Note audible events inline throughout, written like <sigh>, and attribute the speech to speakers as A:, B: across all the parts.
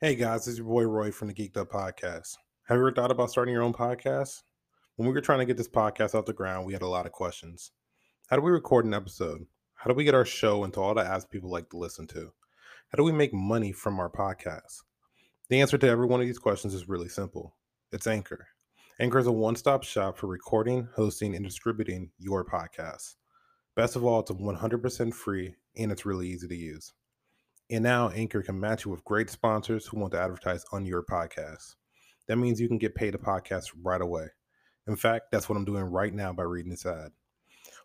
A: Hey guys, it's your boy Roy from the Geeked Up Podcast. Have you ever thought about starting your own podcast? When we were trying to get this podcast off the ground, we had a lot of questions. How do we record an episode? How do we get our show into all the apps people like to listen to? How do we make money from our podcast? The answer to every one of these questions is really simple it's Anchor. Anchor is a one stop shop for recording, hosting, and distributing your podcast. Best of all, it's 100% free and it's really easy to use. And now Anchor can match you with great sponsors who want to advertise on your podcast. That means you can get paid a podcast right away. In fact, that's what I'm doing right now by reading this ad.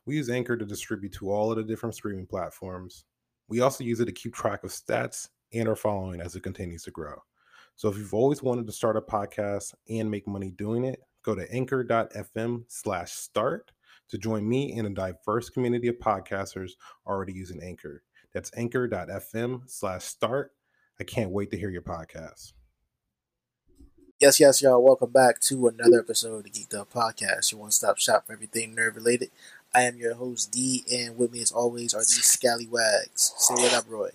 A: We use Anchor to distribute to all of the different streaming platforms. We also use it to keep track of stats and our following as it continues to grow. So if you've always wanted to start a podcast and make money doing it, go to anchor.fm slash start to join me and a diverse community of podcasters already using Anchor. That's anchor.fm slash start. I can't wait to hear your podcast.
B: Yes, yes, y'all. Welcome back to another episode of the Geeked Up Podcast, your one stop shop for everything nerd related. I am your host, D, and with me, as always, are these scallywags. Say what up, Roy.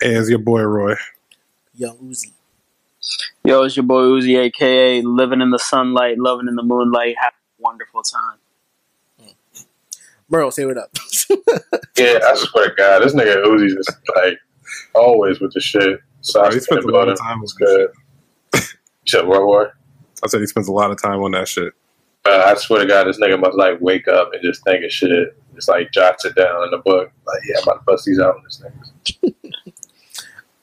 A: Hey, it's your boy Roy.
B: Young Uzi.
C: Yo, it's your boy Uzi, aka living in the sunlight, loving in the moonlight, having a wonderful time.
B: Merle, say what up.
D: Yeah, I swear to God, this nigga Uzi's is like always with the shit. So
A: Bro, he spends a lot of time with
D: It's good. Shit, World War.
A: I said he spends a lot of time on that shit.
D: Uh, I swear to God, this nigga must like wake up and just think of shit. Just like jots it down in the book. Like, yeah, I'm about to bust these out on this nigga.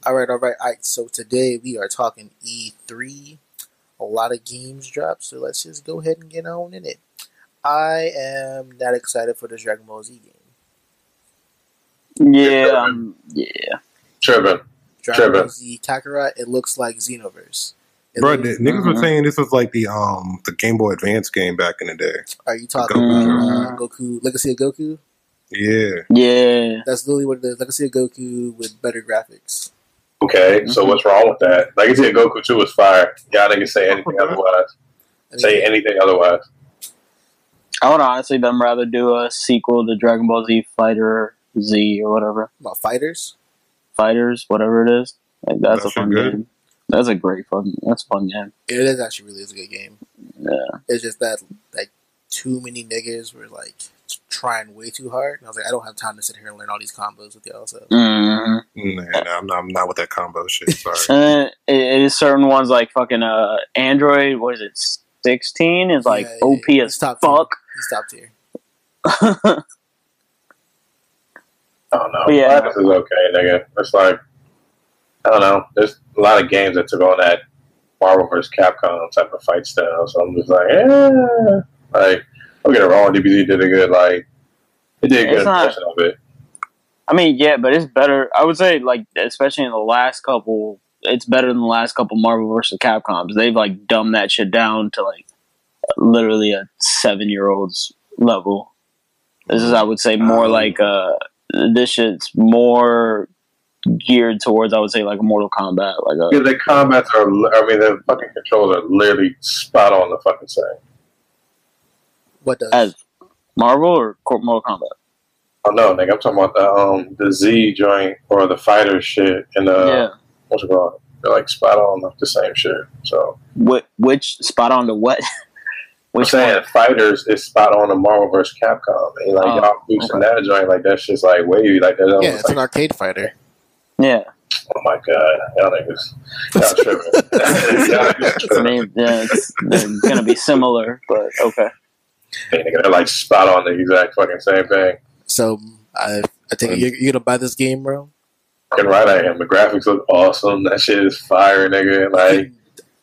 B: all right, all right, all right. So today we are talking E3. A lot of games dropped, so let's just go ahead and get on in it. I am not excited for this Dragon Ball Z game.
D: Yeah.
C: Yeah, um, yeah.
D: Tripping.
B: Dragon
D: Trevor.
B: Ball Z Kakarot, it looks like Xenoverse. It
A: Bro,
B: looks-
A: the, niggas were
C: Mhm.
A: saying this was like the um the Game Boy Advance game back in the day.
B: are you talking
C: Goku.
B: uh, Goku, Legacy of Goku?
A: Yeah.
C: Yeah.
B: That's literally what it is. Like I see a Goku with better graphics.
D: Okay, so what's wrong with that? Like I said, Goku 2 is fire. Y'all niggas say anything otherwise.
B: I mean,
D: Say anything otherwise.
C: I would honestly them rather do a sequel to Dragon Ball Z Fighter Z or whatever.
B: about fighters.
C: Fighters, whatever it is. Like that's
A: That
C: a fun
A: shit good.
C: game. That's a great fun that's a fun game.
B: It is actually really is a good game.
C: Yeah.
B: It's just that like too many niggas were like trying way too hard, and I was like, I don't have time to sit here and learn all these combos with y'all. So
C: Mm.
A: Nah, nah, I'm not I'm not with that combo shit.
C: <laughs>
A: Sorry.
C: And it, it is certain ones like fucking uh Android, what is it, sixteen is like
B: Yeah, yeah,
C: OP
B: yeah.
C: as
B: It's top
C: fuck.
B: he stopped here.
C: <laughs>
D: I don't know.
C: Yeah.
D: This is okay, nigga. It's like I don't know. There's a lot of games that took on that Marvel vs. Capcom type of fight style, so I'm just like, eh. Like, don't get it wrong. DBZ did a good like. It did a
C: It's
D: good
C: not-
D: impression of it.
C: I mean, yeah, but it's better. I would say, like, especially in the last couple, it's better than the last couple Marvel versus Capcoms. They've like dumbed that shit down to like literally a seven year old's level. This is, I would say, more
A: Um,
C: like uh, this shit's more geared towards, I would say, like a Mortal Kombat, like uh, a
D: Yeah, the combats are. li- I mean, the fucking controls are literally spot on the fucking same.
B: What does?
C: as Marvel or Cor- Mortal Kombat.
D: Oh no, nigga. I'm talking about the um the Z joint or the fighter shit and the
C: yeah.
D: what's it called? They're like spot on the same shit. So.
C: Which, which spot on to what? <laughs>
D: I'm
C: which
D: saying fighters is spot on the Marvel vs. Capcom, and like
C: Oh,
D: y'all boosting
C: okay.
D: that joint like that's just like wavy, like that.
B: yeah,
D: Yeah,
B: it's
D: like,
B: an arcade fighter.
C: one?
D: <laughs>
C: Yeah.
D: oh my god, y'all niggas, y'all tripping. <laughs> y'all niggas
C: I <laughs>
D: tripping.
C: mean, yeah, it's, they're gonna be similar, but okay.
D: Hey, nigga, They're like spot on the exact fucking same thing.
B: So I, I think you're, you're gonna buy this game, bro.
D: Fucking right, I am. The graphics look awesome. That shit is fire, nigga.
B: I
D: Like,
B: can,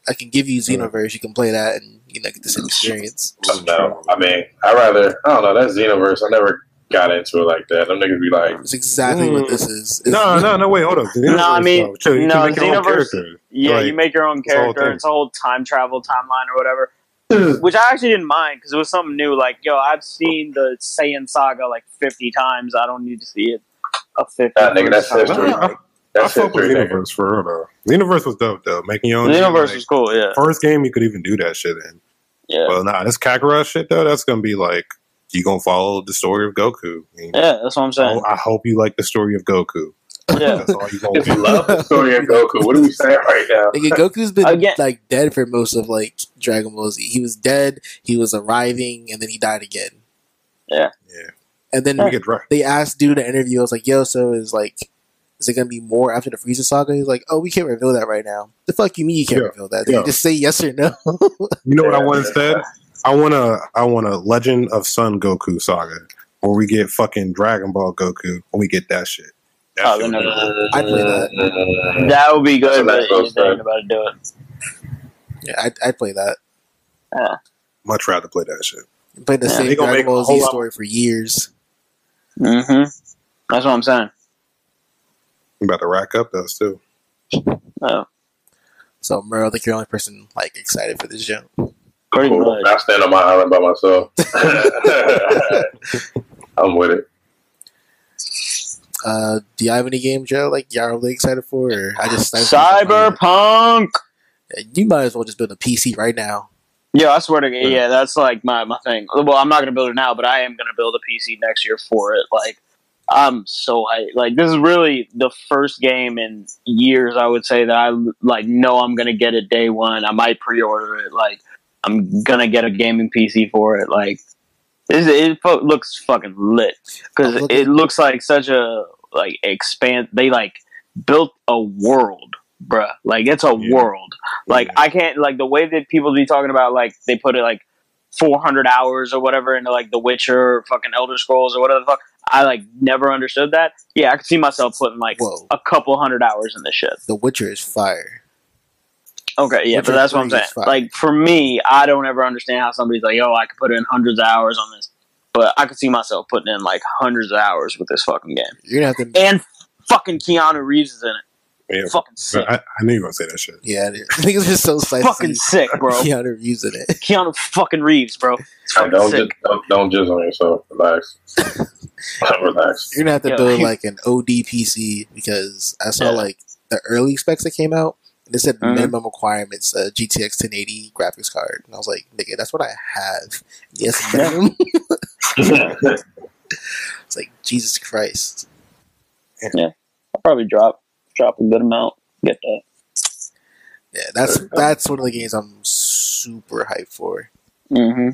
B: I can give you Xenoverse. You can play that and you know get the same experience.
D: I don't know. I mean, I rather, I don't know. That's Xenoverse. I never got into it like that. Them niggas be like,
B: It's exactly
C: Mm.
B: what this is. It's-
A: No, no, no, wait, hold up.
C: No, I mean,
A: Xenoverse, though. Chill, you
C: no,
A: can make your own
C: Xenoverse-
A: character.
C: Yeah,
A: Right.
C: you make your own
A: It's the whole
C: character.
A: thing.
C: It's a whole time travel timeline or whatever,
D: "Ugh."
C: which I actually didn't mind because it was something new. Like, yo, I've seen the Saiyan saga like fifty times. I don't need to see it a fifty.
D: Nah, nigga, that's
A: Nah,
D: history.
A: I, I
D: that's
A: fuck with
D: history, nigga.
A: Xenoverse for real though. Xenoverse was dope though. Making your own
C: Xenoverse
A: like,
C: was cool. Yeah,
A: first game you could even do that shit in.
C: yeah,
A: Well, nah, this Kakarot shit though, that's gonna be like you gonna follow the story of Goku. I mean,
C: yeah. That's what I'm saying.
A: oh, I hope you like the story of Goku.
C: Yeah.
A: That's all you gonna
D: If you
A: do.
D: love the story of Goku, what are we saying right now?
B: Nigga, Goku's been
C: Again-
B: like dead for most of like Dragon Ball Z. He was dead. He was arriving, and then he died again.
C: Yeah.
A: Yeah.
B: And then
A: We get dra-
B: they asked dude in an interview. I was like, "Yo, so is like, is it gonna be more after the Frieza saga?" He's like, "Oh, we can't reveal that right now." The fuck you mean you can't
A: Yeah.
B: reveal that? Did
A: Yeah.
B: you just say yes
A: <laughs>
B: or no?
A: You know what I
D: Yeah.
A: want instead? I want a I want a Legend of Sun Goku saga where we get fucking Dragon Ball Goku and we get that shit. That
C: Oh,
A: shit
C: they're
A: would
C: never-
A: be-
B: I play
D: that.
C: That would be good,
D: <laughs> That's
C: but
D: what I
C: you
D: was saying.
C: ain't about to do it.
B: yeah, I'd, I'd play that.
A: much rather play that shit.
B: Played the
C: Yeah,
B: same
A: they gonna make
B: Dragon
A: a
B: Ball Z
A: whole lot-
B: story for years.
C: Mm-hmm. That's what I'm saying.
A: I'm about to rack up those too.
C: Oh,
B: So, Merle, I think you're the only person like excited for this jump.
C: pretty
D: Cool.
C: much.
D: I stand on my island by
C: <laughs>
D: myself. <laughs> I'm with it.
B: Uh, do you have any game, Joe? Like you're really excited for? Or I just Uh,
C: Cyberpunk.
B: You might as well just build a PC right now.
C: Yeah, I swear to God,
A: Yeah.
C: yeah, that's like my, my thing. Well, I'm not gonna build it now, but I am gonna build a PC next year for it. Like, I'm so hyped. Like, this is really the first game in years I would say that I like know I'm gonna get it day one. I might pre-order it. Like, I'm gonna get a gaming PC for it. Like, this it fo- looks fucking lit because
B: I'm looking-
C: it looks like such a like expand. They like built a world, bruh. Like, it's a
A: Yeah.
C: world. Like I can't like the way that people be talking about like they put it like 400 hours or whatever into like The Witcher or fucking Elder Scrolls or whatever the fuck. I like never understood that. Yeah, I could see myself putting like
B: Whoa.
C: a couple hundred hours in this shit.
B: The Witcher is fire.
C: Okay, yeah,
B: Witcher
C: but that's what I'm
B: three
C: saying.
B: is fire.
C: Like for me, I don't ever understand how somebody's like, "Yo, I could put in hundreds of hours on this," but I could see myself putting in like hundreds of hours with this fucking game.
B: You're gonna have to.
C: And fucking Keanu Reeves is in it.
A: Yeah.
C: Fucking sick.
A: I, I knew you were gonna say that shit.
B: Yeah, <laughs> dude. niggas are so excited.
C: Fucking sick, bro.
B: <laughs> Yeah, they're using it.
C: Keanu fucking Reeves, bro. It's fucking
D: Like, don't,
C: sick.
D: just, don't don't jizz on yourself. Relax. <laughs>
C: <laughs>
D: Relax.
B: You're gonna have to
C: Yeah.
B: build like an OD PC because I saw
C: Yeah.
B: like the early specs that came out. And it said
C: Mhm.
B: minimum requirements uh, GTX 1080 graphics card, and I was like, "Nigga, that's what I have." <laughs> Yes,
C: Yeah. <laughs>
B: minimum.
D: That's
B: it's like Jesus Christ.
C: I'll probably drop drop a good amount. Get that.
B: Yeah, that's
C: Uh,
B: that's one of the games I'm super hyped for.
C: Mm-hmm.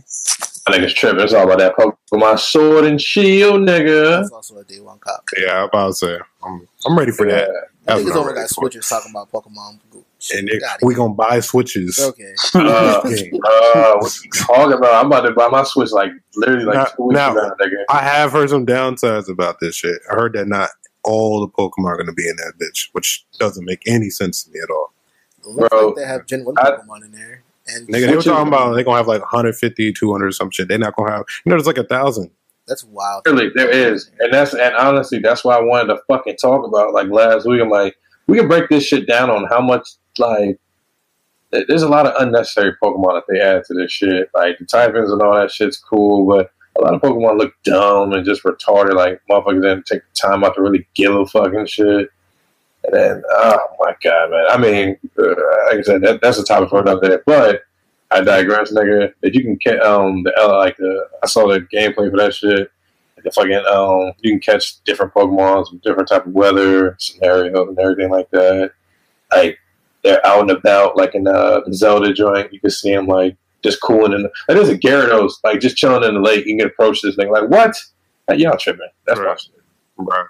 D: That nigga's tripping. It's all about that Pokemon Sword and Shield, nigga.
B: That's also a day one cop.
A: Yeah, I'm about to say I'm I'm ready for that. That's
B: Niggas
A: what I'm
B: over
A: ready
B: got
A: for.
B: switches talking about Pokemon. Go-
A: And
B: Get
A: it-
B: outta
A: we gonna buy switches.
B: here. okay,
D: Uh, uh, what you talking about? I'm about to buy my Switch like literally like
A: Not-
D: two weeks
A: now.
D: from now, nigga.
A: I have heard some downsides about this shit. I heard that not all the Pokemon are gonna be in that bitch, which doesn't make any sense to me at all.
B: looks
D: Bro,
B: like they have Gen One
D: I-
B: Pokemon in there,
A: Nigga,
B: and
A: they were
D: Switches-
A: talking about they're gonna have like 150, 200 or some shit. They're not gonna have you know there's like a thousand.
B: that's wild.
D: Really, there is, and that's and honestly, that's why I wanted to fucking talk about like last week. I'm like, we can break this shit down on how much like th- there's a lot of unnecessary Pokemon that they add to this shit. Like the typings and all that shit's cool, but a lot of Pokemon look dumb and just retarded. Like motherfuckers didn't take the time out to really give a fucking shit. And then, oh my god, man! I mean, uh, like I said, that, that's a topic for another day. But I digress, nigga. That you can ca- um the L like the I saw the gameplay for that shit the fucking um, you can catch different Pokemon, with different type of weather scenarios, and everything like that. Like they're out and about, like in uh, the Zelda joint, you can see them like just cooling in. The, like, there's a Gyarados like just chilling in the lake. You can approach this thing like what? Like, y'all tripping? That's my
A: Right.
D: shit.
A: Bruh.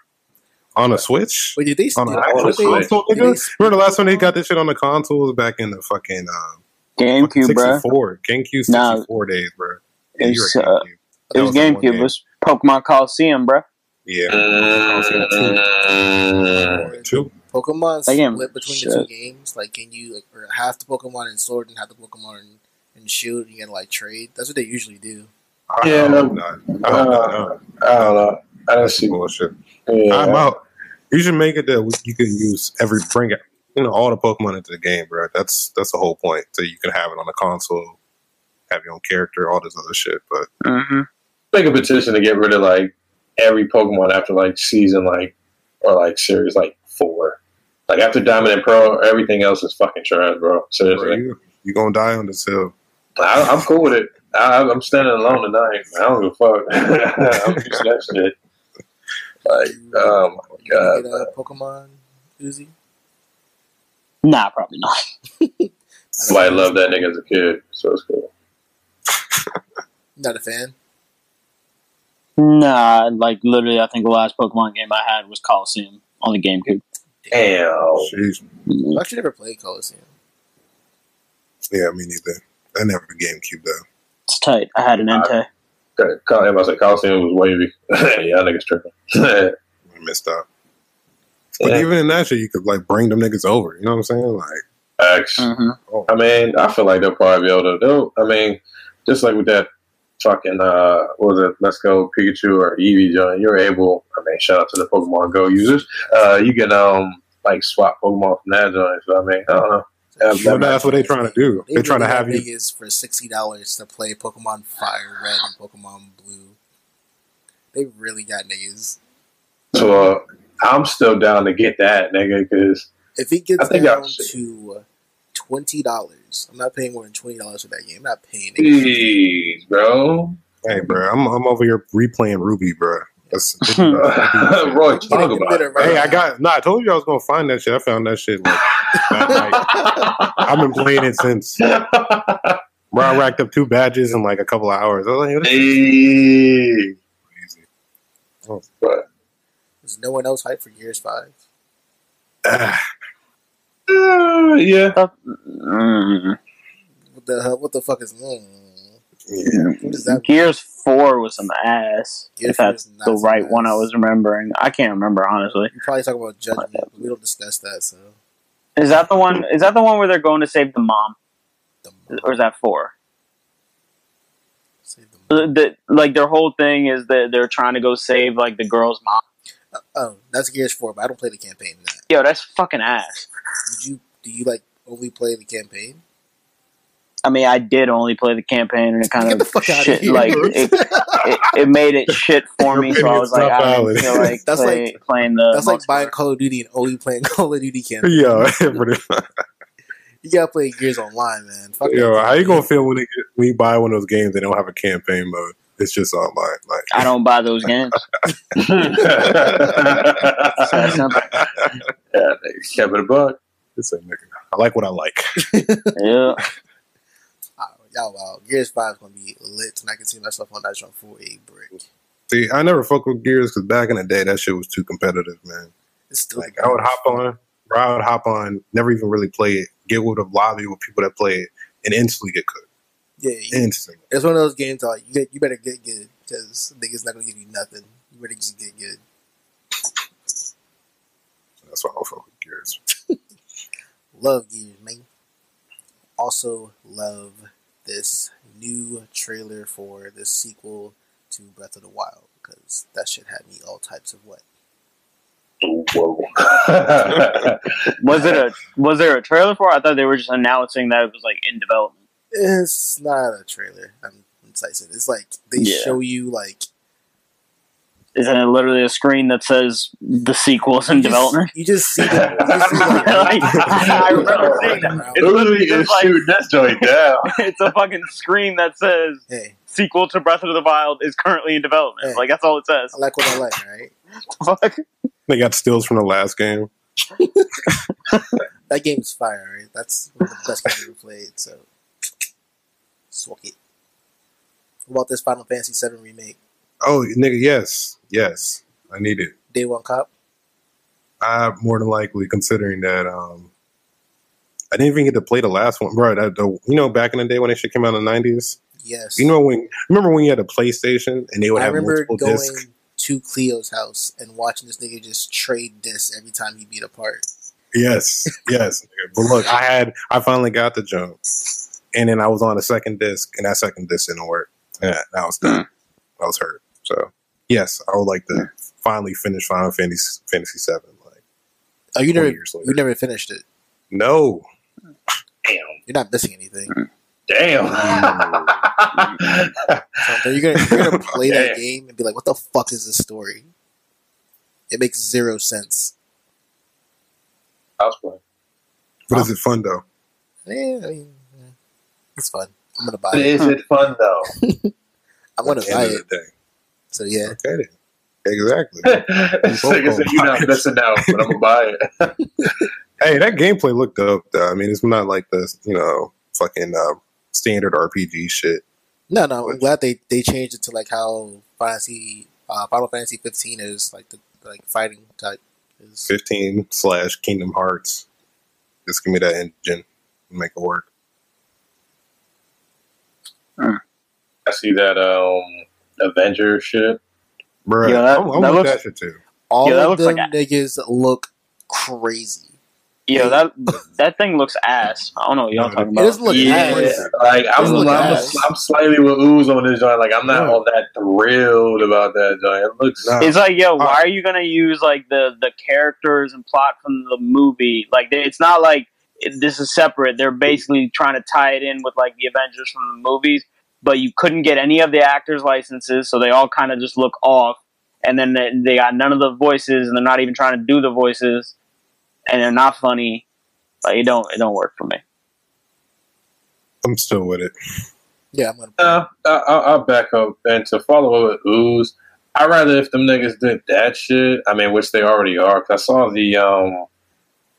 A: On a switch?
B: Wait, did they?
A: On
B: did-
A: an
D: I
A: actual
D: wanna
B: did they-
D: Switch.
A: console,
B: did they
A: nigga? Remember the last one they
B: speak-
A: got this shit on the console was back in the fucking um, fucking
C: GameCube, bro.
A: 64. GameCube 64
C: Nah.
A: days, bro.
C: It's, uh, It was GameCube. It was Pokemon Coliseum, bro.
A: Yeah. Two.
B: Pokemon
C: That game
B: split between
C: shit.
B: the two games? Like, can you like or half the Pokemon in Sword and half the Pokemon in, in Shield? And you gotta like trade. That's what they usually do.
A: I
D: Yeah,
A: hope not. I hope not. I hope not.
D: I don't know. I don't
A: That's
D: see.
A: bullshit.
D: Yeah.
A: I'm out. You should make it that we- you can use every bring it, you know, all the Pokemon into the game, bro. That's that's the whole point. So you can have it on the console, have your own character, all this other shit. But
C: Mm-hmm.
D: make a petition to get rid of like every Pokemon after like season like or like series like four. Like after Diamond and Pearl, everything else is fucking trash, bro.
A: bro,
D: Seriously,
A: you you gonna die on this hill.
D: I, I'm cool with it. I, I'm standing alone <laughs> tonight. I don't give a fuck. I'm used to that shit. Like, um,
B: You gonna
D: God,
B: get a Pokemon Uzi?
C: Nah, probably not.
D: Somebody loved that nigga as a kid, so it's cool.
B: Not a fan.
C: Nah, like literally, I think the last Pokemon game I had was Coliseum on the GameCube.
D: Damn.
A: Jeez.
C: Mm.
B: I actually never played Coliseum.
A: Yeah, me neither. I never GameCube though.
C: It's tight. I had an Entei.
D: Col- Col- I said Coliseum was wavy. <laughs> Y'all niggas tripping. <laughs> yeah.
A: I missed out. But even in that shit, you could like bring them niggas over. You know what I'm saying? Like,
D: Facts.
C: hmm
D: I mean, I feel like they'll probably be able to. They'll, I mean, just like with that fucking uh, what was it? Let's go Pikachu or Eevee, John. You're able. I mean, shout out to the Pokemon Go users. Uh, you can um like swap Pokemon from that joint. So I mean, I don't know. Yeah,
A: well, that's what they're trying to do.
B: They
A: They're trying to
B: really
A: have
B: got
A: you.
B: niggas for sixty dollars to play Pokemon Fire Red and Pokemon Blue. They really got niggas.
D: So uh, I'm still down to get that nigga because
B: If it
D: I
B: gets
D: think
B: down
D: I'll see.
B: to uh, twenty dollars, I'm not paying more than twenty dollars for that game. I'm not paying. niggas.
D: jeez, bro. <laughs>
A: Hey, bro, I'm I'm over here replaying Ruby, bro. <laughs> That's, uh,
D: Roy,
B: You can
D: talk
B: get
D: about
B: it
D: it.
B: right
A: hey, I
B: now.
A: got. Nah, I told you I was gonna find that shit. I found that shit. Like, that night. I've been playing it since. Bro, I racked up two badges in like a couple of hours. I was like, yo, this is
D: Hey.
A: crazy.
D: But,
B: There's no one else hyped for Gears Five.
A: Ah,
D: uh, <laughs> yeah. <laughs>
C: Mm.
B: What the hell? What the fuck is? Mm,
A: yeah.
B: what is that?
C: Mm-hmm. Gears Four was some ass.
B: Gears
C: if that's
B: 4 is not
C: the
B: some
C: right one, I
B: ass.
C: was remembering. I can't remember honestly.
B: We probably talk about judgment. But we don't discuss that. So
C: Is that the one? Is that the one where they're going to save the mom,
B: the
C: or is that four?
B: Save the mom.
C: The, the- like their whole thing is that they're trying to go save like the girl's mom.
B: Oh, that's Gears Four, but I don't play the campaign. in That
C: Yo, that's fucking ass.
B: did you? Do you like only play the campaign?
C: I mean, I did only play the campaign, and it kind
B: Get the
C: of
B: fuck out of
C: shit
B: here!
C: like it, it, it made it
B: <laughs>
C: shit for me. So I was like, I don't even feel like,
B: That's
C: play, playing the.
B: that's like
C: multiplayer.
B: buying Call of Duty and only playing <laughs> Call
A: <laughs>
B: of Duty campaign.
A: Yo, pretty much.
B: You gotta play Gears Online, man. Fuck
A: yo,
B: that
A: how you gonna
B: campaign.
A: feel when, it, when you buy one of those games that don't have a campaign mode? It's just online. Like,
C: I don't buy
B: <laughs>
C: those games. <laughs> It's that
D: yeah,
C: simple.
D: they kept it a buck.
A: it's a nigga. I like what I like.
C: Yeah.
B: Ah, Y'all, wow, Gears Five is gonna be lit, and I can see myself on that jump for a brick.
A: See, I never fuck with Gears because back in the day, that shit was too competitive, man.
B: It's still
A: Like, I would hop on, bro, I would hop on, never even really play it, get with a lobby with people that play it, and instantly get cooked.
B: Yeah, you,
A: Instantly.
B: it's one of those games. Like, you, get, you better get good because niggas not gonna give you nothing. You better just get good.
A: That's why I don't fuck with Gears.
B: Love Gears, man. Also love this new trailer for the sequel to Breath of the Wild because that shit had me all types of what.
D: <laughs> Whoa.
C: Was it a was there a trailer for? it? I thought they were just announcing that it was like in development.
B: It's not a trailer. I'm incisive. It's like they
C: Yeah.
B: show you like
C: Isn't it literally a screen that says the sequel's in
B: you just- <laughs>
C: development? <laughs>
B: You just see them. You just see like,
C: I
B: <laughs>
D: remember
C: seeing
D: It literally is
C: It's like-
D: shooting that joint down.
C: <laughs> it's a fucking screen that says
B: Hey,
C: sequel to Breath of the Wild is currently in development.
B: Hey.
C: Like that's all it says. <laughs>
B: I like what I like, right?
C: Fuck.
A: They got steals from the last game.
B: That game's fire, right? That's one of the best game I've ever played. So, fuck it. What about this Final Fantasy VII remake?
A: Oh, nigga, yes. Yes. I need it.
B: Day One Cop.
A: I more than likely considering that um I didn't even get to play the last one, bro. That, the, you know, back in the day when that shit came out in the nineties.
B: Yes.
A: You know when? Remember when you had a PlayStation and they would
B: I
A: have
B: remember
A: multiple
B: going
A: discs?
B: to Cleo's house and watching this nigga just trade discs every time he beat a part.
A: Yes, yes. nigga. but look, I had I finally got the jump, and then I was on a second disc, and that second disc didn't work. Yeah, that was done. I was hurt. So yes, I would like to finally finish Final Fantasy Fantasy Seven. Like
B: Oh,
A: 20
B: you never,
A: years
B: you
A: later.
B: never finished it.
A: No,
B: You're not missing anything.
A: Mm.
D: Damn. Damn.
B: So you're gonna, you're gonna play that
D: Yeah.
B: game and be like, "What the fuck is this story?" It makes zero sense.
D: I was playing.
A: but is it fun though?
B: Yeah, I mean, yeah. it's fun. I'm gonna buy
D: But
B: it.
D: is it fun though?
B: I'm gonna
A: At the
B: buy
A: end of
B: it.
A: the day.
B: So yeah,
A: Okay, then. Exactly.
D: It's like I said, you're not missing out, but I'm gonna buy it.
A: hey, that gameplay looked dope. Though. I mean, it's not like the you know fucking uh, standard RPG shit.
B: No, no, I'm glad they, they changed it to like how Fantasy uh, Final Fantasy 15 is like the like fighting type. Is,
A: Fifteen slash Kingdom Hearts. Just give me that engine, and make it work.
D: I see that um Avenger shit.
A: Bruh,
C: Yeah, that-
A: I'm, I'm
C: that
A: with
C: looks-
A: that shit too.
B: all
C: Yeah, that
B: of
C: looks
B: them
C: like
B: niggas look crazy.
C: Yo, that that thing looks ass. I don't know what y'all
A: No,
C: talking
B: It
C: about.
B: doesn't look
D: yeah,
B: ass.
D: like I'm,
B: Doesn't
D: I'm,
B: look
D: I'm,
B: ass.
D: slightly with ooze on this joint. Like I'm not
A: Yeah.
D: all that thrilled about that joint. It looks
A: Nah.
C: It's like, yo, why
A: Alright.
C: are you gonna use like the the characters and plot from the movie? Like, they, it's not like it- this is separate. They're basically trying to tie it in with like the Avengers from the movies, but you couldn't get any of the actors' licenses, so they all kind of just look off. And then they, they got none of the voices, and they're not even trying to do the voices, and they're not funny. Like, it don't it don't work for me.
A: I'm still with it.
B: Yeah, I'm gonna.
D: Nah, Uh, I, I, I'll back up. And to follow up with Ooze, I'd rather if them niggas did that shit. I mean, which they already are. 'cause I saw the, um,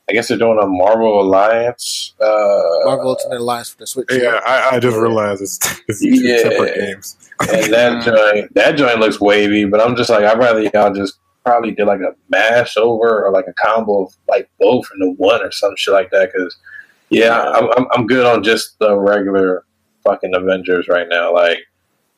D: I guess they're doing a Marvel Alliance. Uh,
B: Marvel Ultimate Alliance for the Switch.
A: Yeah, I, I just realized it's, <laughs> it's two
D: Yeah.
A: separate games.
D: and that joint, that joint looks wavy. But I'm just like, I'd rather y'all just probably did like a mash over or like a combo of like both into one or some shit like that. Because yeah, I'm, I'm I'm good on just the regular fucking Avengers right now. Like,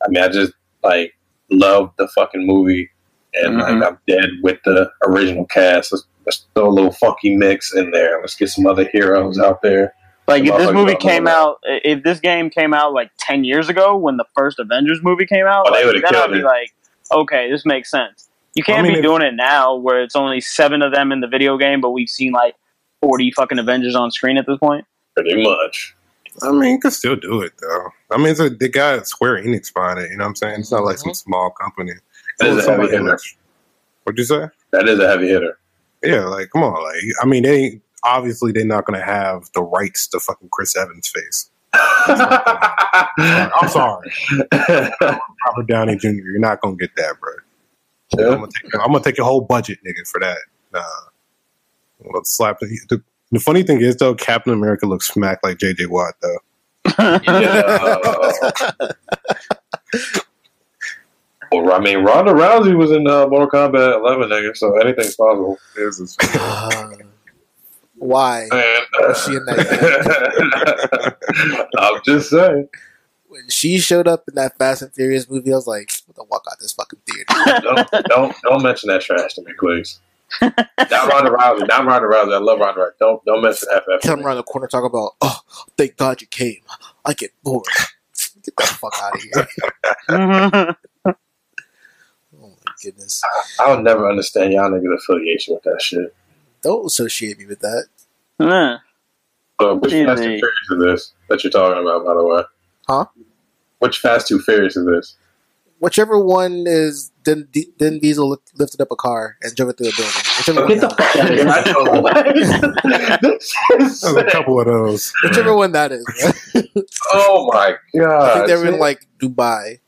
D: I mean, I just like love the fucking movie, and like I'm dead with the original cast. Let's, let's throw a little funky mix in there. Let's get some other heroes out there.
C: Like if
D: Motherfuckers
C: this movie
D: don't know
C: came
D: that.
C: out, i- if this game came out like ten years ago when the first Avengers movie came out,
D: Oh, they
C: like,
D: would've
C: then I'd
D: killed
C: be
D: it.
C: like, okay, this makes sense. You
A: I
C: can't
A: mean,
C: be
A: if-
C: doing it now where it's only seven of them in the video game, but we've seen like forty fucking Avengers on screen at this
D: <laughs>
C: point. <laughs>
D: Pretty much.
A: I mean, you could still do it though. I mean, it's a, they got Square Enix behind it. You know what I'm saying? It's not like some small company.
D: That is a heavy
A: Somebody
D: hitter.
A: else. What'd you say?
D: That is a heavy hitter.
A: Yeah, like come on, like I mean, they obviously they're not gonna have the rights to fucking Chris Evans' face. Sorry, I'm
D: I'm
A: sorry, <laughs> Robert Downey Jr. You're not gonna get that, bro. I'm gonna take your, I'm gonna take your whole budget, nigga, for that. Nah, let's slap the, the. The funny thing is though, Captain America looks smack like JJ Watt though.
D: well, I mean, Ronda Rousey was in uh, Mortal Kombat 11, nigga, so anything's possible.
A: This <laughs> is-
B: Uh, why?
C: Uh,
D: And, uh,
B: Was Oh, she in
D: <laughs>
C: <laughs>
D: I'm just saying.
B: When she showed up in that Fast and Furious movie, I was like, "What the walk out this fucking theater?"
D: Don't, don't don't mention that trash to me, please. Not Ronda Rousey. Not Ronda Rousey. I love Ronda Rousey. Don't don't mention FF.
B: Come around the corner, talk about, "Oh, thank God you came." I get bored. <laughs> Get the fuck out of here! <laughs> Oh my goodness!
D: I'll never understand y'all niggas' affiliation with that shit.
B: Don't associate me with that,
C: Nah.
D: So which
C: Excuse
D: Fast and
C: me.
D: Furious is this that you're talking about, by the way?
B: huh?
D: Which Fast Two Furious is this?
B: Whichever one is then, then Diesel lift- lifted up a car and drove it through a building. Whichever one,
D: Get the
B: that,
D: fuck out of here. I know <laughs> what. This is
A: There's a
D: sick.
A: couple of those.
B: whichever one that is. <laughs>
D: Oh my god.
B: I think they were in like Dubai.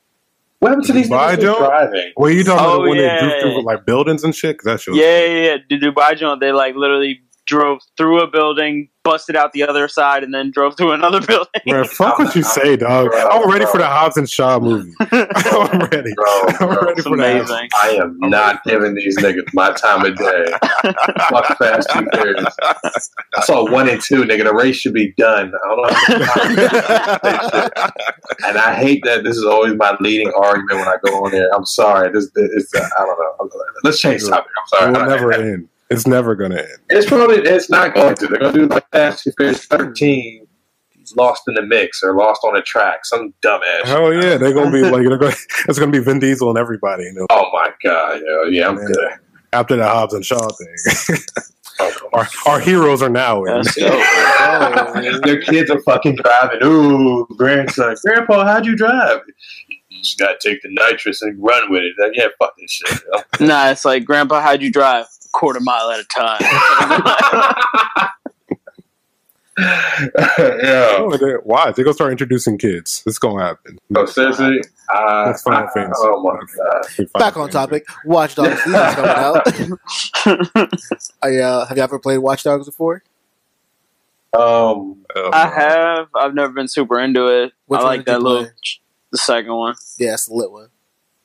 D: what happened to these
A: Dubai
D: guys
A: Joe?
D: driving?
A: Well, you talking about
C: Oh,
A: the one that
C: yeah.
A: drove through like buildings and shit? 'Cause that shit was
C: Yeah, yeah, yeah. The Dubai joint, they like literally drove through a building, busted out the other side, and then drove through <laughs> another building.
A: Bro, fuck what you say, dog. I'm ready for the Hobbs and Shaw
C: <laughs>
A: movie. <laughs> I'm ready.
D: Bro,
A: I'm
D: bro,
A: ready
D: it's
A: for that.
D: <laughs>
C: amazing.
D: I am
A: I'm
D: not giving these niggas my time of day. Fuck Fast and Furious. I saw one and two, nigga. The race should be done. I don't know. <laughs> and I hate that this is always my leading argument when I go on there. I'm sorry. This, it's uh, I don't know. Let's change topic.
A: It
D: I'm
A: will
D: sorry.
A: never end. It's never gonna end.
D: It's probably it's not going to. They're gonna do like Fast and Furious thirteen, lost in the mix or lost on a track, some dumbass. shit.
A: Hell yeah, they're gonna be like they're gonna, it's gonna be Vin Diesel and everybody you know,
D: Oh my god, yo, yeah, I'm
A: Man.
D: good.
A: after the Hobbs and Shaw thing. <laughs>
D: Oh,
A: Our, our heroes are now in.
C: That's-
D: yo. <laughs> Their kids are fucking driving. Ooh, grandson, grandpa, how'd you drive? You just gotta take the nitrous and run with it. Like, yeah, fuck this shit. yo.
C: Nah, it's like, Grandpa, how'd you drive? Quarter mile at a time.
D: yeah.
A: Oh, <laughs> they- why? They're gonna start introducing kids. It's gonna happen.
C: Oh.
D: So Oh, seriously, I,
A: That's Final Fantasy.
D: oh my god.
B: Back on topic. Watch Dogs season's coming out.
D: <laughs>
B: I, uh, have you ever played Watch Dogs before?
D: Um,
A: Oh,
C: I
A: no.
C: have. I've never been super into it.
B: Which one
C: I like
B: did you
C: that little,
B: play?
C: the second one.
B: Yeah, it's the lit one.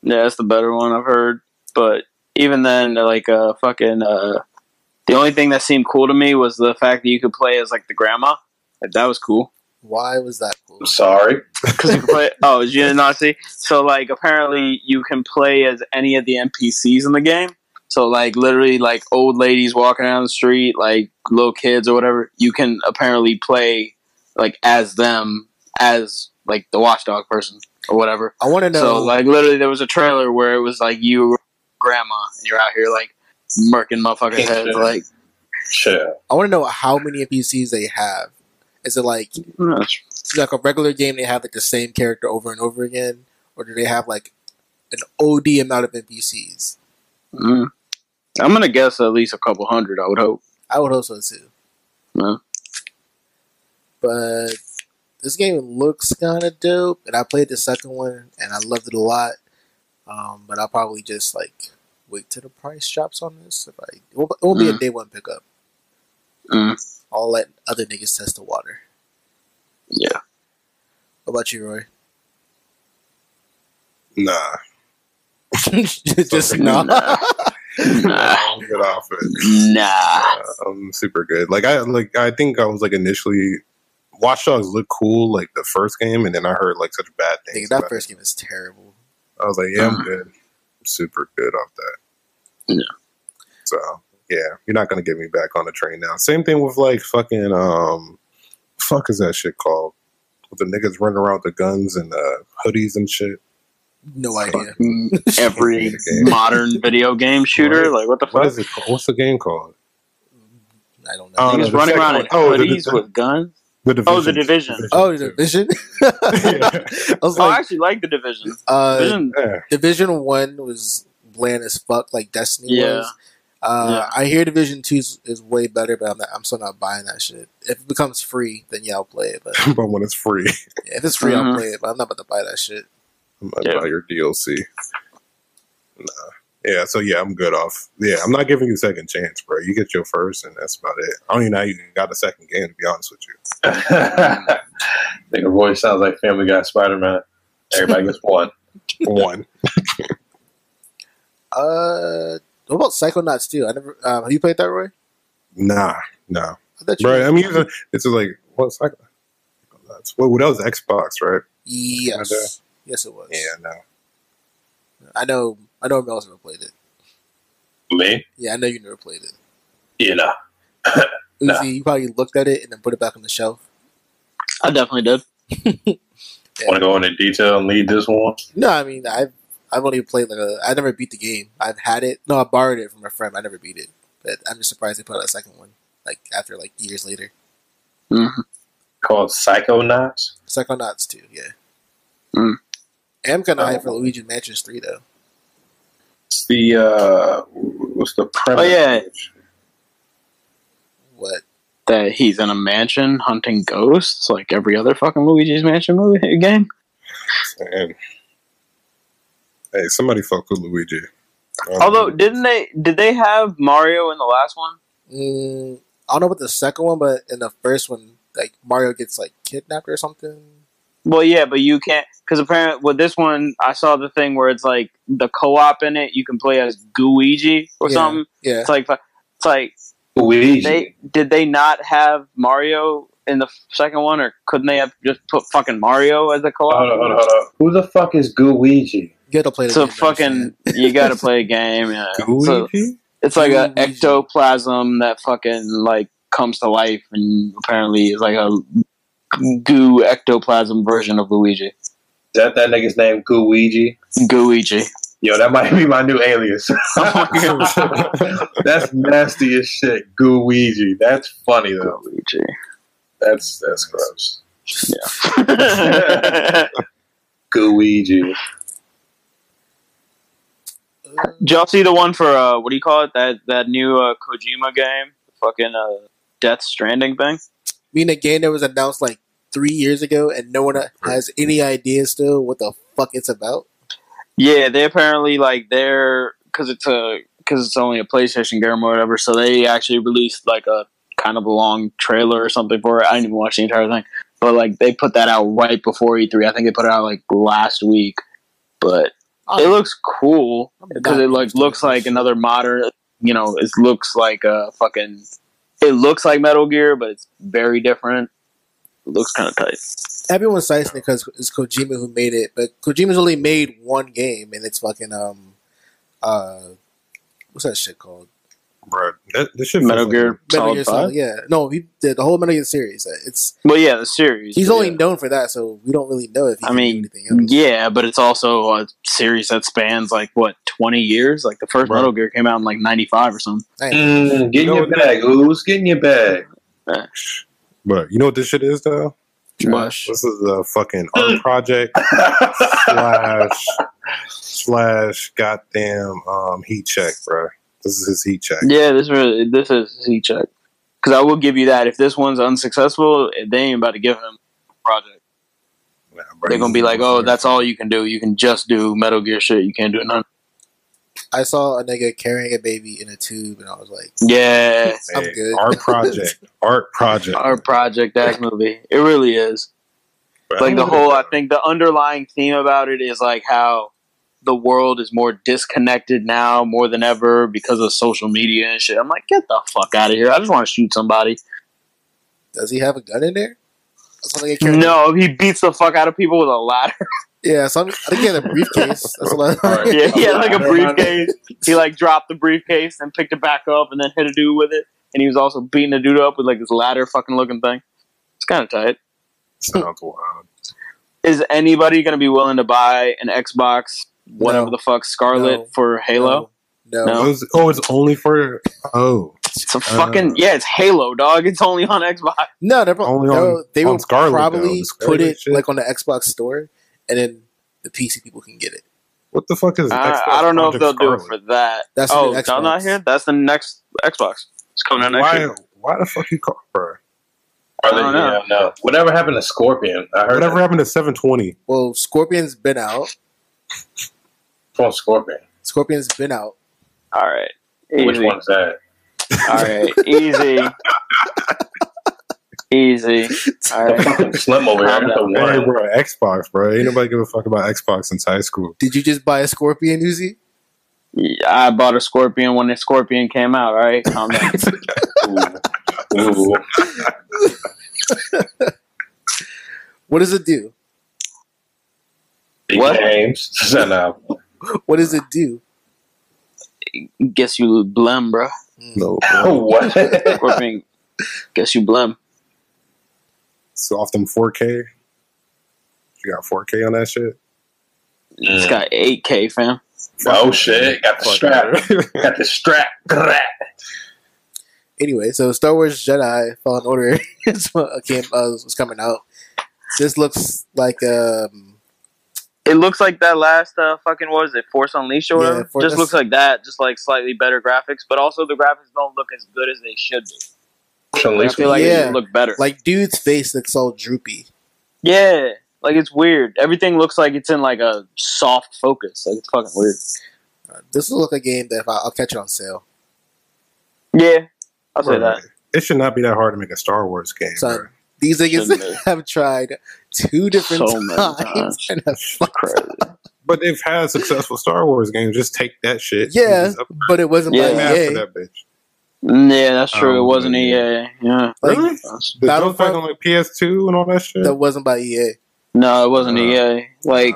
C: Yeah, that's the better one I've heard. But even then, like uh, fucking, uh, the only thing that seemed cool to me was the fact that you could play as like the grandma. Like, that was cool
B: Why was that cool?
D: I'm sorry.
C: because you could play. oh, you didn't not see? So like, apparently, you can play as any of the NPCs in the game. So like, literally, like old ladies walking down the street, like little kids or whatever. You can apparently play like as them, as like the watchdog person or whatever.
B: I want to know.
C: So like literally there was a trailer where it was like you were grandma and you're out here like murking motherfuckers heads like
D: <laughs> Chill.
B: I want to know how many NPCs they have. Is it like like a regular game? They have like the same character over and over again, or do they have like an OD amount of NPCs?
C: mm. I'm gonna guess at least a couple hundred I would hope.
B: I would hope so too.
C: Yeah.
B: But this game looks kind of dope, and I played the second one and I loved it a lot. Um, but I'll probably just like wait till the price drops on this. If I, it won't, it won't be a
C: Mm.
B: day one pickup.
C: Mm.
B: I'll let other niggas test the water.
C: Yeah.
B: What about you, Roy? <laughs>
A: Nah,
B: just
A: Okay.
C: <laughs>
B: no.
C: Nah. nah.
A: I'm good off it. <laughs>
C: Nah.
A: I'm super good. Like I like I think I was like initially Watch Dogs looked cool like the first game, and then I heard like such bad
B: Nigga,
A: things.
B: that
A: about
B: first game is terrible.
A: it. I was like, yeah, I'm
C: Mm.
A: good. I'm super good off that.
C: Yeah.
A: So yeah, you're not gonna get me back on the train now. Same thing with like fucking um, fuck is that shit called? With the niggas running around with the guns and uh, hoodies and shit.
B: No idea.
C: Mm, Every modern video game shooter,
A: Right.
C: like what the fuck?
A: What is it called? What's the game called?
B: I don't know.
A: Oh, no,
C: Niggas
A: the
C: running
A: second
C: around
A: one.
C: in
A: Oh, the
C: hoodies
A: Divi-
C: with guns.
A: The
C: Oh, The Division.
B: oh,
A: two.
B: Division. <laughs> I was
C: oh, I
B: like,
C: actually like the division.
B: uh,
C: Division,
A: <laughs> yeah.
B: Division One was bland as fuck, like Destiny
C: Yeah.
B: was. Uh, I hear Division Two is, is way better, but I'm not, I'm still not buying that shit. If it becomes free, then yeah, I'll play it. But
A: <laughs> but when it's free,
B: if it's free, I'll
C: Mhm.
B: play it. But I'm not about to buy that shit.
A: I'm not
C: Yeah.
A: buy your DLC. Nah. Yeah, so yeah, I'm good off. Yeah, I'm not giving you a second chance, bro. You get your first, and that's about it. I don't even know how you got a second game, to be honest with you.
D: I think her voice sounds like Family Guy Spider Man. Everybody gets one.
A: One.
B: Uh, what about Psychonauts too? I never. Uh, have you played that, Roy?
A: Nah, nah.
B: I thought you-
A: Bro, I'm using this is like, what's like, that's, well, that was Xbox, right?
B: Yes, yes, it was.
A: Yeah, no.
B: I know. I know. Mel's never played it.
D: Me?
B: Yeah, I know you never played it.
D: You know.
B: Uzi,
D: Nah.
B: you probably looked at it and then put it back on the shelf.
C: I definitely did.
D: Want to go into detail and lead this one?
B: No, I mean I've I've only played like a I never beat the game. I've had it. No, I borrowed it from a friend. I never beat it, but I'm just surprised they put out a second one like after like years later.
C: Mhm.
D: Called Psychonauts?
B: Psychonauts too, yeah.
C: Mm.
B: I am kind of
D: Oh.
B: hyped for Luigi Mansion Three though.
D: It's the, uh, what's the premise?
C: Oh yeah,
B: What?
C: that he's in a mansion hunting ghosts, like every other fucking Luigi's Mansion movie <laughs> game.
A: And, hey, somebody fuck with Luigi. Um, I don't
C: Although,
A: know.
C: didn't they? Did they have Mario in the last one?
B: Mm, I don't know about the second one, but in the first one, like Mario gets like kidnapped or something.
C: Well, yeah, but you can't because apparently with this one, I saw the thing where it's like the co-op in it. You can play as Guigi or
B: Yeah.
C: something.
B: Yeah,
C: It's like fu- it's like
D: Luigi.
C: they did they not have Mario in the second one, or couldn't they have just put fucking Mario as a co-op?
D: Hold on, hold on, hold on. Who the fuck is Luigi?
B: you got to play the game,
C: So
B: man,
C: fucking,
B: man.
C: you gotta play a game.
D: <laughs>
C: Yeah. So-
A: Luigi?
C: It's like a
B: Luigi.
C: ectoplasm that fucking like comes to life and apparently is like a goo ectoplasm version of Luigi.
D: Is that that nigga's name, Luigi?
C: Gooigi.
D: Yo, that might be my new alias. <laughs>
C: Oh my
D: that's nasty as shit, Luigi. That's funny though.
C: <laughs> Gooigi.
D: That's that's gross.
C: Yeah.
D: Luigi.
B: Uh,
C: Did y'all see the one for uh what do you call it? That that new uh, Kojima game? The fucking uh Death Stranding thing?
B: being a game that was announced like three years ago, and no one has any idea still what the fuck it's about.
C: Yeah, they apparently like they're because it's a because it's only a PlayStation game or whatever. So they actually released like a kind of a long trailer or something for it. I didn't even watch the entire thing, but like they put that out right before E3. I think they put it out like last week, but it
B: Oh.
C: looks cool because it like looks like another modern. You know, it looks like a fucking. It looks like Metal Gear, but it's very different. It looks kind of tight.
B: everyone cites it because it's Kojima who made it, but Kojima's only made one game, and it's fucking um, uh, what's that shit called?
A: Bro, that, this shit
C: Metal
A: feels like-
C: Gear Solid Five.
B: Yeah, no, he did the whole Metal Gear series. It's
C: Well, yeah, the series.
B: he's
C: but
B: only
C: yeah.
B: known for that, so we don't really know if he
C: I
B: can
C: mean,
B: do anything else.
C: Yeah, but it's also a series that spans like what twenty years. Like the first
A: Right.
C: Metal Gear came out in like ninety five or something.
D: Mm, get in
A: No,
D: your
A: it-
D: bag, Who's Get in your bag.
A: But you know what this shit is though? This is a fucking art
C: <laughs>
A: project slash slash goddamn um heat check, bro. This is his heat check.
C: Yeah, this really this is he check. Because I will give you that. If this one's unsuccessful, they ain't about to give him a project.
A: Nah, bro,
C: They're gonna be
A: he's
C: like, "Oh,
A: motherfucker.
C: that's all you can do. You can just do Metal Gear shit. You can't do none."
B: I saw a nigga carrying a baby in a tube, and I was like,
C: Yeah,
B: I'm
A: Hey,
B: good.
A: Art project,
C: <laughs>
A: art project.
C: our project act movie. It really is.
A: bro.
C: like the whole i think the underlying theme about it is like how the world is more disconnected now more than ever because of social media and shit i'm like get the fuck out of here i just want to shoot somebody
B: does he have a gun in there? I saw a nigga carrying-
C: no he beats the fuck out of people with a ladder
B: Yeah, so I'm, I think he had a briefcase. That's what I. <laughs>
C: <laughs>
D: Right.
C: yeah <laughs> he had like a
D: Ladder, ladder.
C: briefcase he like dropped the briefcase and picked it back up and then hit a dude with it and he was also beating a dude up with like this ladder fucking looking thing it's kind of tight
A: sounds wild.
C: is anybody going to be willing to buy an xbox whatever
B: No.
C: the fuck scarlet
B: No.
C: for halo
B: No.
C: No.
A: It was- oh, it's only for oh,
C: It's a fucking
A: Uh,
C: yeah. It's Halo, dog. It's only on Xbox.
B: No, they're pro-
A: Only
B: no,
A: on-
B: they
A: on
B: will
A: Scarlet, though.
B: probably
A: The Scarlet
B: put it
A: shit.
B: like on the Xbox store, and then the PC people can get it.
A: what the fuck is?
C: I,
A: Xbox
C: I don't know if
A: Project
C: they'll do it
A: Scarlet?
C: for that.
B: That's
C: oh,
B: the new
C: y'all not
B: Xbox.
C: here. That's the next Xbox. It's coming out next
A: Why?
C: year.
A: Why the fuck you call, bro?
D: Are they-
C: I don't know.
D: yeah, no. Whatever happened to Scorpion? I heard
A: Whatever
D: that
A: happened to 720?
B: Well, Scorpion's been out.
D: from Scorpion.
B: Scorpion's been out.
C: All right,
D: Which
C: easy. <laughs>
D: one's that?
C: All right, easy, easy. All right.
D: Slim over here.
C: I'm
D: The
C: down.
A: Hey,
D: one.
A: bro, Xbox, bro. Ain't nobody give a fuck about Xbox since high school.
B: Did you just buy a Scorpion Uzi?
C: Yeah, I bought a Scorpion when the Scorpion came out. All right, calm
A: <laughs>
C: down.
D: Ooh. Ooh.
B: What does it do?
D: Big
C: What?
D: names. Shut up.
B: What does it do?
C: Guess you blem, bro.
A: Hmm. No,
D: <laughs> what?
C: Scorpion. Guess you blem.
A: so off them 4K. You got 4K on that shit.
C: It's got 8K, fam.
D: oh shit! Got
C: <laughs>
D: the strap. Got the strap.
B: Anyway, so Star Wars Jedi Fallen Order <laughs> is what came, uh, was coming out. This looks like um,
C: It looks like that last uh, fucking what is it Force Unleashed or
B: Yeah,
C: whatever.
B: Force-
C: just looks like that, just like slightly better graphics, but also the graphics don't look as good as they should be. Like, I feel like
B: Yeah.
C: it should look better.
B: like dude's face looks all droopy.
C: yeah, like it's weird. Everything looks like it's in like a soft focus. Like it's fucking weird.
B: Uh, this will look a game that if I, I'll catch it on sale.
C: Yeah, I'll say that.
A: It should not be that hard to make a Star Wars game.
B: Son.
A: bro.
B: These
C: Shouldn't they?
B: niggas <laughs> have tried two different
C: So many
B: times. <laughs>
C: times.
B: And have fucked
C: Crazy.
A: But they've had successful Star Wars games. Just take that shit. and
B: Yeah,
A: just up-
B: but it wasn't by
C: Yeah.
B: E
A: mad for
B: EA.
A: that bitch.
C: Mm, Yeah, that's true.
A: Oh,
B: Um,
C: it wasn't
A: man.
C: EA. Yeah.
B: Like,
A: Really? The
B: Battlefront-
A: Battlefront on like PS2 and all that shit.
B: That wasn't by E EA.
C: No, it wasn't
A: Uh,
C: EA. Like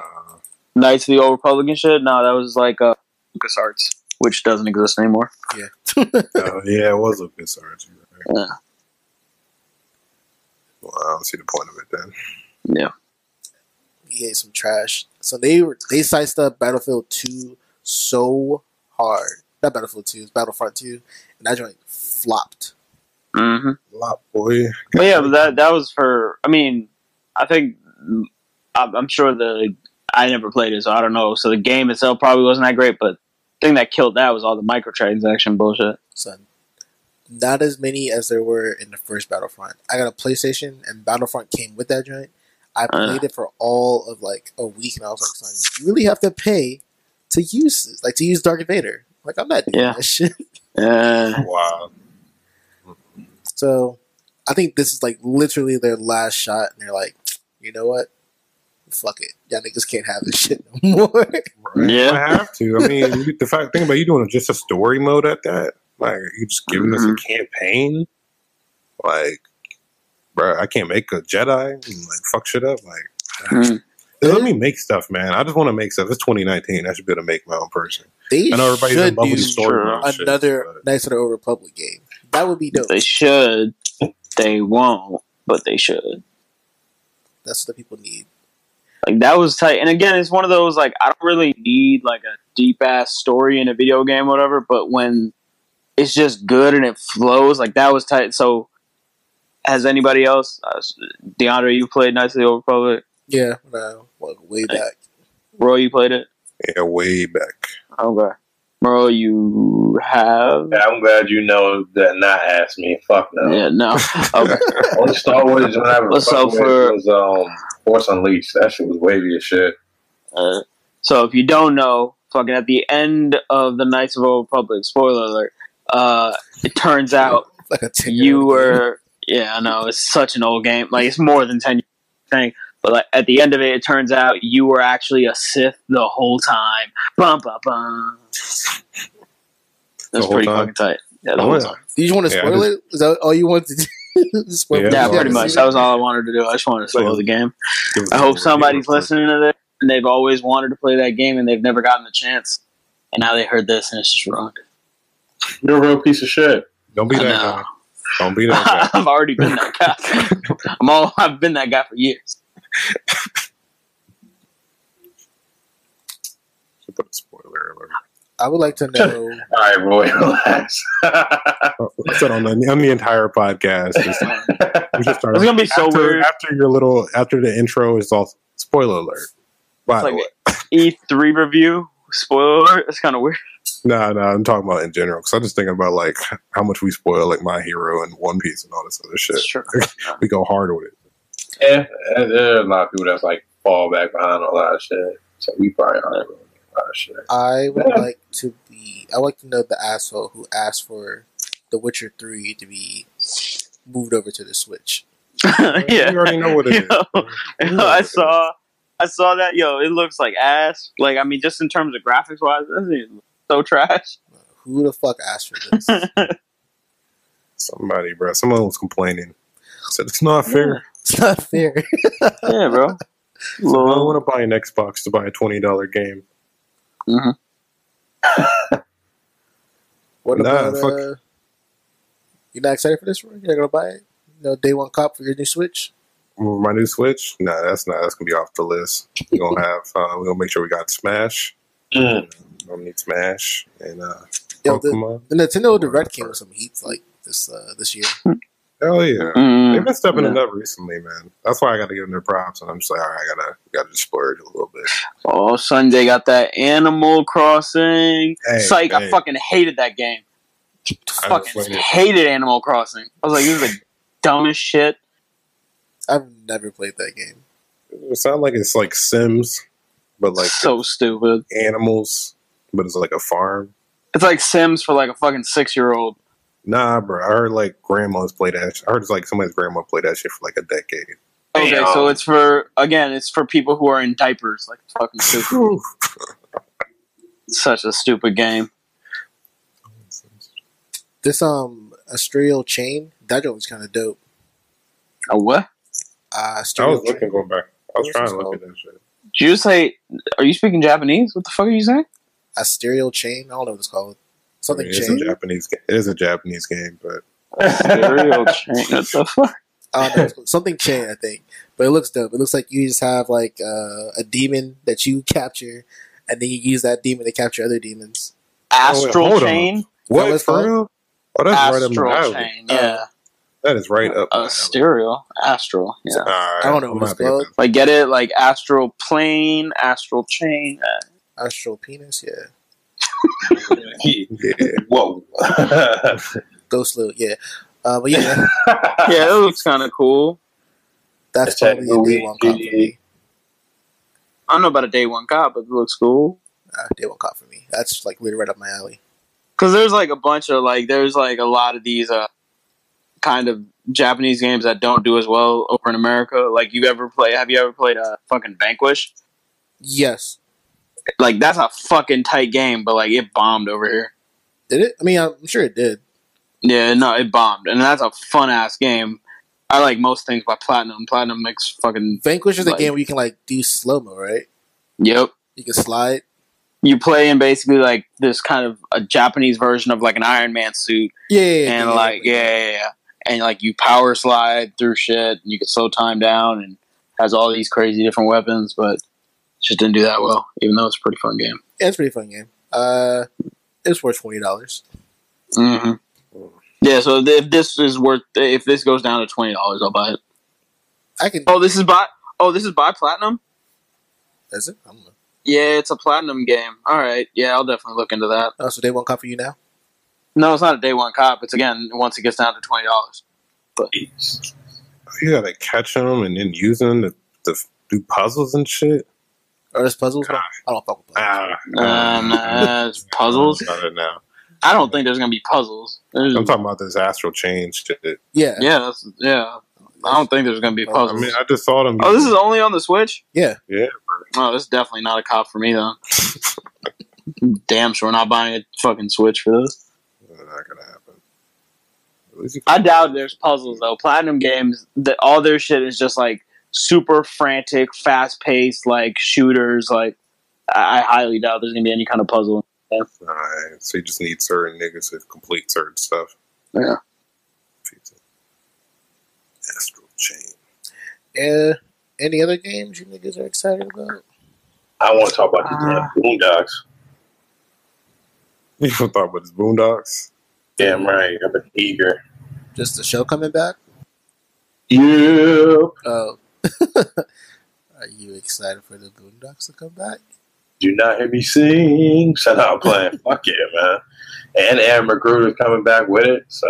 A: Nah.
C: Knights of the Old Republic and shit. No, that was like uh, LucasArts, which doesn't exist anymore.
A: Oh, yeah, it was a good Sarge. Right?
C: Yeah.
A: Well, I don't see the point of it then.
C: Yeah.
B: EA E some trash. So they were they sized up Battlefield 2 so hard. Not Battlefield 2, it's Battlefront 2. And that joint flopped.
C: Mm-hmm.
A: Lot boy.
C: But yeah, but that that was for. I mean, I think I'm I'm sure the I never played it, so I don't know. So the game itself probably wasn't that great, but the thing that killed that was all the microtransaction bullshit.
B: Son. not as many as there were in the first Battlefront. I got a PlayStation, and Battlefront came with that joint. I
C: Uh.
B: played it for all of like a week, and I was like, "Son, you really have to pay to use this, like to use Darth Vader." Like, I'm not doing
C: Yeah.
B: that shit.
C: Uh,
A: Wow.
B: So, I think this is like literally their last shot, and they're like, "You know what? Fuck it, y'all niggas can't have this <laughs> shit no more."
C: Yeah.
A: I have to. I mean, you- the fact thing about you doing just a story mode at that, like you just giving us
C: Mm-hmm.
A: a campaign, like, bro, I can't make a Jedi and like fuck shit up. Like,
C: mm.
A: Just <sighs> let me make stuff, man. I just want to make stuff. It's 2019. I should be able to make my own person.
B: they
A: I know everybody's
B: should
A: in love with
B: do
A: story
C: sure.
A: mode shit,
B: another
A: but-
B: Knights of the Old Republic game. That would be dope.
C: They should. They won't, but they should.
B: That's what the people need.
C: Like that was tight. And again, it's one of those like I don't really need like a deep ass story in a video game, or whatever. But when it's just good and it flows, like that was tight. So, has anybody else, uh, DeAndre, you played Knights of the Old Republic?
B: Yeah, no, like way
C: Hey.
B: back. <laughs>
C: Roy, you played it?
A: Yeah, way back.
C: Okay. Roy, you have?
D: Yeah, I'm glad you know that not asked me. Fuck no.
C: Yeah, no. Okay.
D: Only Star Wars when I was
C: What's up for-
D: was um Force Unleashed. That shit was wavy as shit.
C: Uh, so if you don't know, fucking at the end of the Knights of the Old Republic, spoiler alert, uh, it turns out
B: Like a ten.
C: you were yeah, I know it's such an old game. Like it's more than ten years thing. But like at the end of it, it turns out you were actually a Sith the whole time. Bum bum bum.
A: The
C: That's
A: whole
C: pretty
A: time?
C: fucking tight. Yeah, the
A: Oh,
C: whole
A: yeah.
C: time.
B: Did you want to
A: Yeah, I
B: spoil it? Is that all you wanted to do? <laughs> spoil
A: Yeah,
B: it?
C: Yeah,
A: that's
C: pretty
A: awesome.
C: much. That was all I wanted to do. I just wanted to spoil the game. I hope somebody's listening to this and they've always wanted to play that game and they've never gotten the chance. And now they heard this and it's just wrong.
D: You're a real piece of shit.
A: Don't be
C: I
A: that
C: know.
A: guy. Don't
C: <laughs>
A: be that guy.
C: I've already been that
A: <laughs>
C: guy. I'm all, I've been that guy for years.
A: Should put a spoiler alert.
B: I would like to know.
D: All right, Roy, <laughs> relax.
A: Oh, I said on the, on the entire podcast. Just,
C: It's
A: we just started.
C: gonna be so
A: after,
C: weird.
A: after your little after the intro is all spoiler alert. By
C: It's
A: the
C: like
A: way,
C: E three review spoiler. alert. It's kind of weird.
A: no, no, I'm talking about in general because I'm just thinking about like how much we spoil like my hero and One Piece and all this other shit.
C: It's true.
A: We go hard with it.
D: yeah, there are a lot of people that's like fall back behind on a lot of shit. So we probably aren't really a lot of shit.
B: I would
D: Yeah.
B: like to be. I would like to know the asshole who asked for The Witcher Three to be moved over to the Switch.
C: <laughs> <laughs> yeah,
A: we already know what it is.
C: <laughs> Yo,
A: We know what
C: I
A: it is.
C: saw, I saw that. Yo, it looks like ass. Like I mean, just in terms of graphics wise, that's so trash.
B: Who the fuck asked for this?
A: somebody, bro. Someone was complaining. Said it's not fair.
B: it's not fair.
C: <laughs> Yeah, bro.
A: I don't
C: Little-
A: want to buy an Xbox to buy a twenty dollar game.
B: What
A: Nah,
B: about?
A: fuck.
B: Uh, you're not excited for this one? You're not gonna buy it? No day one cop for your new Switch.
A: With my new Switch? Nah, that's not. That's gonna be off the list. We're gonna have. Uh, we're gonna make sure we got Smash. We don't need Smash and uh,
B: Yo, the,
A: Pokemon.
B: the Nintendo Direct came with some heat like this uh, this year.
A: Hell yeah. They've
C: Mm.
A: been stepping it
C: Yeah.
A: up recently, man. That's why I got to give them their props, and I'm just like, all right, I gotta gotta just splurge a little bit.
C: Oh, Sunday got that Animal Crossing.
A: Hey,
C: Psych,
A: hey.
C: I fucking hated that game.
A: I
C: fucking
A: just like it.
C: hated Animal Crossing. I was like, this is the dumbest shit.
B: I've never played that game.
A: It sounds like it's like Sims, but like
C: so stupid.
A: animals, but it's like a farm.
C: It's like Sims for like a fucking six year old.
A: Nah, bro. I heard like grandmas play that. Sh- I heard it's like somebody's grandma played that shit for like a decade.
C: Okay,
D: Damn.
C: so it's for again, it's for people who are in diapers. Like fucking <laughs> stupid.
A: <laughs> Whew.
C: Such a stupid game.
B: This um Astral Chain, that joint was kind of dope.
C: A what?
B: Uh,
A: I
B: Astral
A: was
B: Chain.
A: looking going back. I was
B: What's
A: trying
B: this
A: to look
B: called?
A: at that shit.
C: Did you say? Are you speaking Japanese? What the fuck are you saying?
B: Astral Chain. I don't know what it's called.
A: I
B: Something
A: mean, it's a
B: chain.
A: Japanese. ga- It is a Japanese game, but
C: <laughs>
D: <laughs>
C: Serial chain. What the fuck?
B: I don't know. it's called- Something chain, I think. But it looks dope. It looks like you just have like uh, a demon that you <laughs> capture, and then you use that demon to capture other demons.
C: Astral
A: hold on.
C: chain.
B: what
A: what
B: it's
A: for
B: called?
A: real? Oh, that's
C: Astral
A: right up my alley.
C: chain. Yeah.
A: That is right up. my
C: Uh,
A: alley.
C: stereo. Astral. Yeah.
A: All right,
B: I don't know
A: I'm
B: what it's
A: happy about
B: called.
A: that.
C: Like get it, like astral plane, astral chain. uh,
B: Astral penis. Yeah. <laughs>
A: Yeah.
D: Whoa.
B: Ghost Slug, yeah. Uh, but
C: <laughs>
B: yeah,
C: yeah, that looks kind of cool.
B: that's
D: It's that
B: probably a day
D: movie,
B: one cop for me.
C: I don't know about a day one cop, but it looks cool.
B: Uh, day one cop for me. That's like really right up my alley.
C: Because there's like a bunch of like there's like a lot of these uh kind of Japanese games that don't do as well over in America. Like you ever play? Have you ever played uh, fucking Vanquish?
B: Yes,
C: Like that's a fucking tight game, but like it bombed over here.
B: did it? I mean, I'm sure it did.
C: Yeah, no, it bombed, and that's a fun ass game. I like most things by Platinum. Platinum makes fucking
B: Vanquish is a
C: Like-
B: game where you can like do slow mo, right?
C: yep.
B: You can slide.
C: You play in basically like this kind of a Japanese version of like an Iron Man suit,
B: Yeah, yeah, yeah,
C: and
B: yeah,
C: like yeah, yeah, yeah, and like you power slide through shit, and you can slow time down, and has all these crazy different weapons, but just didn't do that well, even though it's a pretty fun game.
B: Yeah, it's a pretty fun game. Uh, it's worth twenty dollars.
C: hmm Yeah, so th- if this is worth, if this goes down to twenty dollars, I'll buy it.
B: I can.
C: Oh, this is by, oh, this is by Platinum.
B: Is it? I don't know.
C: Yeah, it's a platinum game. All right. Yeah, I'll definitely look into that.
B: Oh, so day one cop for you now.
C: No, it's not a day one cop. It's again once it gets down to twenty dollars.
A: You gotta catch them and then use them to, to do puzzles and shit.
B: Or it's puzzles?
A: God.
B: I don't fuck with puzzles.
A: Ah,
C: Um, uh, puzzles.
A: About it now.
C: I don't think there's gonna be puzzles. There's-
A: I'm talking about this astral change shit.
B: yeah,
C: yeah, that's, yeah. I don't think there's gonna be
A: Oh, I
C: puzzles.
A: mean, I just saw them.
C: oh, this is only on the Switch.
B: Yeah.
A: Yeah,
C: Oh, this is definitely not a cop for
A: <laughs>
C: me though. Damn sure not buying a fucking Switch for this.
A: not gonna happen. At least you
C: I doubt there's puzzles though. Platinum games, that all their shit is just like super frantic, fast paced, like shooters. Like I, I highly doubt there's gonna be any kind of puzzle.
A: Alright, so you just need certain niggas to complete certain stuff.
C: Yeah.
A: Pizza. Astral chain. <laughs>
B: Yeah. Any other games you niggas are excited about?
D: <laughs> I want to talk about the
C: Ah.
D: damn Boondocks.
A: You ever thought about his boondocks?
D: Damn right, I've been eager.
B: Just the show coming back?
D: You
B: Oh. <laughs> are you excited for the Boondocks to come back?
D: do not hear me sing. <laughs> So now I'm playing. Fuck it, man. And Aaron McGruder's coming back with it, so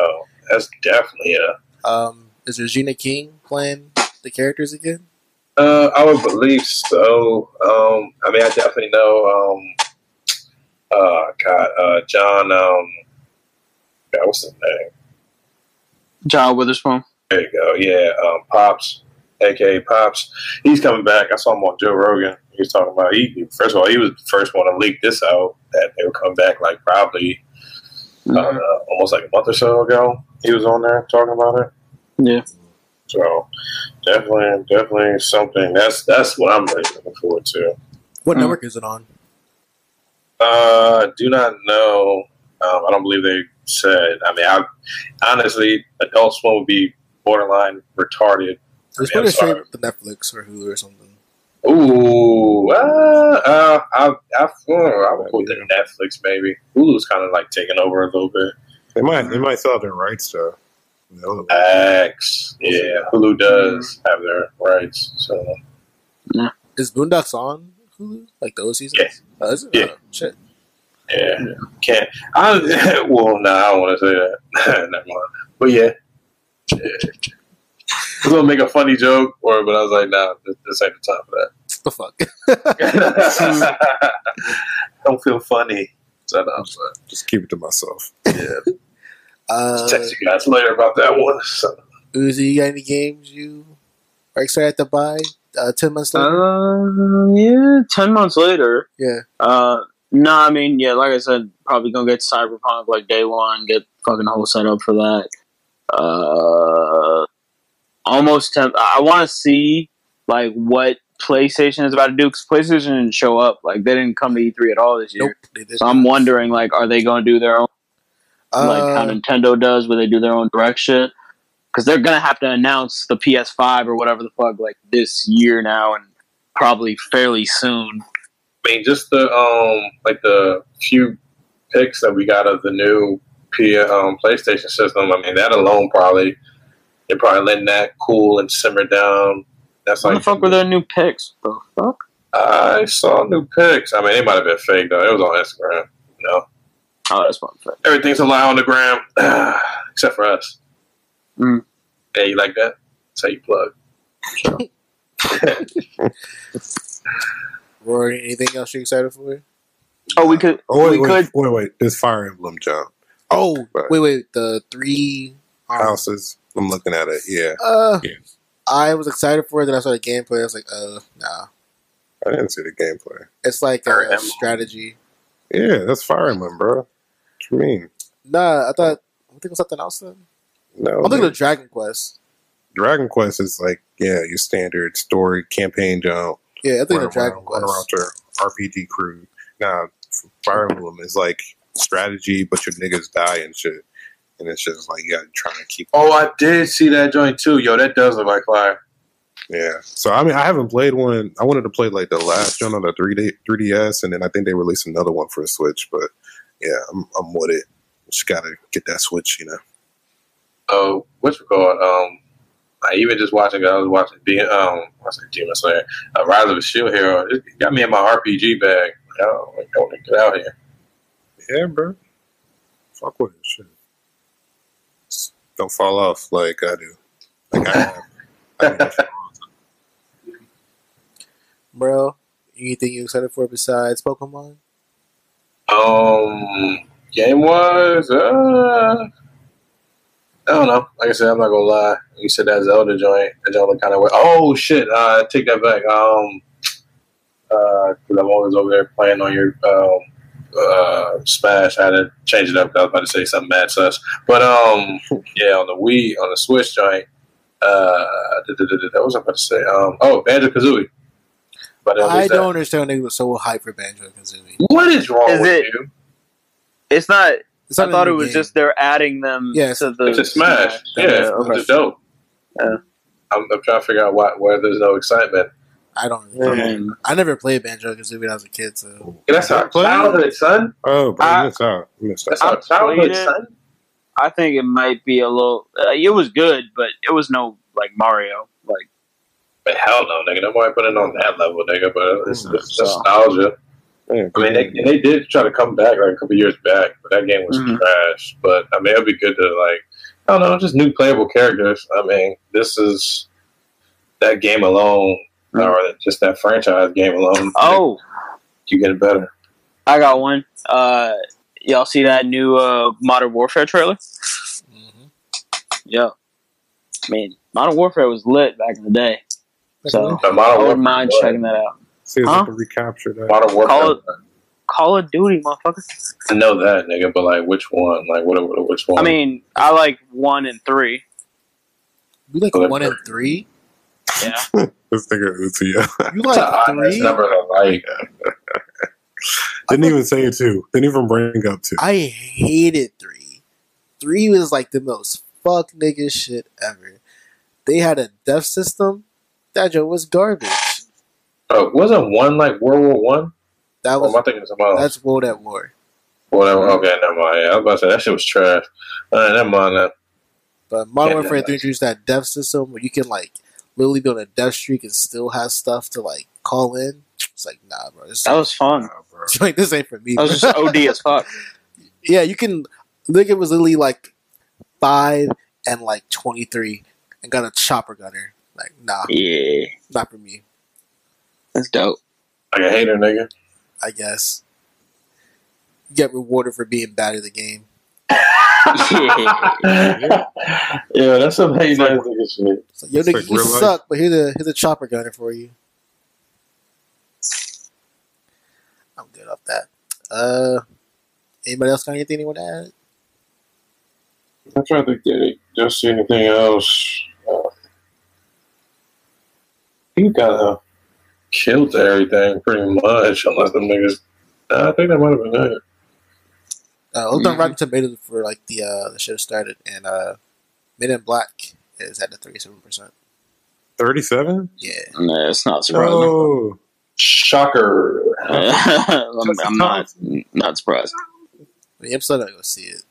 D: that's definitely a
B: Um, is Regina King playing the characters again?
D: Uh, I would believe so. Um, I mean, I definitely know. Um, uh, God, uh, John. Um, God, what's his name?
C: John Witherspoon.
D: There you go. Yeah, um, Pops, aka Pops. He's coming back. I saw him on Joe Rogan. He was talking about he. First of all, he was the first one to leak this out that they would come back. Like probably uh, almost like a month or so ago. He was on there talking about it.
C: Yeah.
D: So definitely, definitely something. That's that's what I'm really looking forward to.
B: What
C: Hmm.
B: network is it on?
D: Uh, do not know. Um, I don't believe they said. I mean, I honestly, Adult Swim would be borderline retarded.
B: It's
D: Yeah, I'm
B: probably straight
D: sorry.
B: to Netflix or Hulu or something.
D: Ooh, uh, uh, I, I, uh, I would put it in Netflix maybe. Hulu's kind of like taking over a little bit.
A: They might they might sell their rights to no.
D: X, yeah, Hulu does have their rights. So
B: Is Boondocks on Hulu? Like those seasons?
D: Yeah.
B: Oh, is it?
D: Yeah.
B: Oh, shit.
D: yeah, can't. I <laughs> well, no, I don't want to say that. <laughs> Never mind. But yeah. Yeah. I was gonna make a funny joke, or but I was like, nah, this, this ain't the time for that.
B: The fuck?
D: don't feel funny. So no, I'm sorry.
A: Just keep it to myself.
B: Uh,
D: Just text you guys later about that one. <laughs> So,
B: Uzi, you got any games you are excited to buy? Uh, 10 months later?
C: Uh, yeah. Ten months later.
B: yeah.
C: Uh, no, I mean, yeah. Like I said, probably gonna get Cyberpunk like day one. Get fucking whole setup for that. Uh, almost temp. I want to see like what PlayStation is about to do because PlayStation didn't show up. Like they didn't come to E3 at all this year.
B: Nope. they did
C: So I'm
B: not.
C: wondering, like, are they going to do their own, like how
B: Uh,
C: Nintendo does, where they do their own direct shit? Because they're gonna have to announce the PS5 or whatever the fuck, like this year now, and probably fairly soon.
D: I mean, just the um, like the few picks that we got of the new P- um, PlayStation system. I mean, that alone probably they're probably letting that cool and simmer down. That's
C: What
D: like
C: the fuck were their new picks? The fuck?
D: I saw new pics. I mean, they might have been fake though. It was on Instagram. You know,
C: Oh, that's fun. fact.
D: Everything's a lie on the gram, <sighs> except for us.
C: Mm.
D: Yeah, you like that? That's how you plug.
B: Rory, anything else you're excited for?
C: Oh, we could.
A: Oh wait,
C: we
A: wait,
C: could.
A: wait, wait. This Fire Emblem jump.
B: Oh,
A: Right.
B: wait, wait. The three. um,
A: Houses. I'm looking at it. Yeah,
B: Uh,
A: Yeah.
B: I was excited for it. Then I saw the gameplay. I was like, uh, nah.
A: I didn't see the gameplay.
B: It's like
D: Or
B: a
D: Emblem.
B: strategy.
A: Yeah, that's Fire Emblem, bro. What you mean?
B: Nah, I thought. I think it was something else. Then
A: No,
B: I'm thinking
A: man.
B: of Dragon Quest.
A: Dragon Quest is like yeah, your standard story campaign jump.
B: Yeah, I think
A: Run
B: of Dragon
A: around, run around
B: Quest.
A: your RPG crew. Nah, Fire Emblem is like strategy, but your niggas die and shit, and it's just like you gotta try and keep.
D: Oh, I did see that joint too. Yo, that does look like fire.
A: Yeah. So I mean, I haven't played one. I wanted to play like the last one on the three D three DS, and then I think they released another one for the Switch. But yeah, I'm I'm with it. Just gotta get that Switch, you know.
D: Oh, what's it called? Um, I even just watching. I was watching the um, what's that Demon Slayer, uh, Rise of a Shield Hero. It got me in my RPG bag. Oh, I don't want to get out here.
A: Yeah, bro. Fuck with it, shit. Just don't fall off like I do. Like
D: <laughs>
A: I have. I mean,
B: Bro, anything you excited for besides Pokemon?
D: Um, game wise, uh, I don't know. Like I said, I'm not gonna lie. You said that Zelda joint, that joint look kind of weird. Oh shit! Uh, take that back. Um, because I'm always over there playing on your um, uh, Smash. I had to change it up. 'cause I was about to say something mad sus, but um, yeah, on the Wii, on the Switch joint. Uh, that was I about to say. Um, oh, Banjo Kazooie. But at
B: I
D: least that-
B: don't understand they were so hyped for Banjo Kazooie.
D: What is wrong
C: Is
D: with
C: it-
D: you?
C: It's not.
B: It's
C: I
B: not
C: thought
B: a
C: it
B: new
C: was
B: game.
C: just they're adding them
B: Yeah,
C: to the
D: It's a smash. Yeah,
C: okay.
D: it's dope.
C: Yeah.
D: I'm, I'm trying to figure out why where there's no excitement.
B: I don't.
C: I
B: Really
C: mean,
B: I never played Banjo Kazooie when I was a kid, so
D: That's our
A: Play it.
D: childhood, son.
A: oh, bro,
D: I-
A: you missed out. You missed
D: That's
A: out.
D: our
C: I
D: childhood,
C: played it.
D: son.
C: I think it might be a little. Uh, it was good, but it was no like Mario. Like
D: But hell no, nigga. Nobody put it on that level, nigga. But it's,
A: Mm,
D: it's nostalgia.
A: Yeah,
D: I mean, they, and they did try to come back like a couple years back, but that game was
C: Mhm.
D: trash. But I mean, it'd be good to like, I don't know, just new playable characters. I mean, this is that game alone, or just that franchise game alone.
C: oh,
D: you get it better.
C: I got one. Uh, y'all see that new uh, Modern Warfare trailer?
B: mhm.
C: Yeah. I mean, Modern Warfare was lit back in the day, so
D: But
C: I
D: Modern
C: wouldn't
D: Warfare-
C: mind checking that out.
A: See if
C: Huh?
A: I can recapture that.
D: Modern Warfare.
C: Call it- Call of Duty, motherfucker.
D: I know that, nigga, but like, which one? Like, what? what- Which one?
C: I mean, I like one and three.
B: you like
D: Good.
B: one and three?
C: Yeah,
A: This nigga Uchiha.
C: <laughs>
B: You
D: It's an
B: like
D: odd ass
B: three?
D: number to like.
A: <laughs> Didn't even say two. Didn't even bring up two.
B: I hated three. Three was like the most fuck nigga shit ever. They had a death system. That joke was garbage.
D: Oh, wasn't one like World War One?
B: That
C: Oh,
D: Or am I
B: was
D: thinking of something else?
B: that's World at War.
D: Whatever. Okay, never mind. Yeah, I was about to say that shit was trash. All right, never mind that.
B: But Modern
D: Yeah,
B: Warfare
D: yeah.
B: Three introduced that death system where you can like literally be on a death streak and still have stuff to like call in. It's like nah, bro. This,
C: that was fun.
A: Nah, bro.
B: it's like <laughs> this ain't for me.
C: That Oh. was just
B: bro.
C: OD as fuck.
B: <laughs> yeah, you can. Look, it was literally like five and like twenty three, and got a chopper gunner. Like nah,
C: Yeah,
B: not for me.
C: that's <laughs> dope.
D: Like a hater, nigga.
B: I guess. You get rewarded for being bad at the game.
C: Yeah.
D: <laughs> yeah, that's some hating ass nigga shit.
B: It's like, yo,
A: It's
B: nigga,
A: like
B: you
A: real life.
B: suck, but here's a here's a chopper gunner for you. I'm good off that. Uh, anybody else got anything they want to add?
D: I'm trying to get it. Just see anything else. Uh, he kinda killed everything pretty much, unless the niggas. I think that might have been it.
B: Uh, looked
A: Mm-hmm.
B: on
C: Mhm.
B: Rotten Tomatoes for like the uh the show started, and uh, Men in Black is at the thirty seven percent.
A: Thirty-seven.
B: Yeah,
C: Nah, it's not surprising.
A: Oh,
D: Shocker.
C: <laughs> I'm, I'm not not surprised.
B: I mean, I'm still not gonna see it.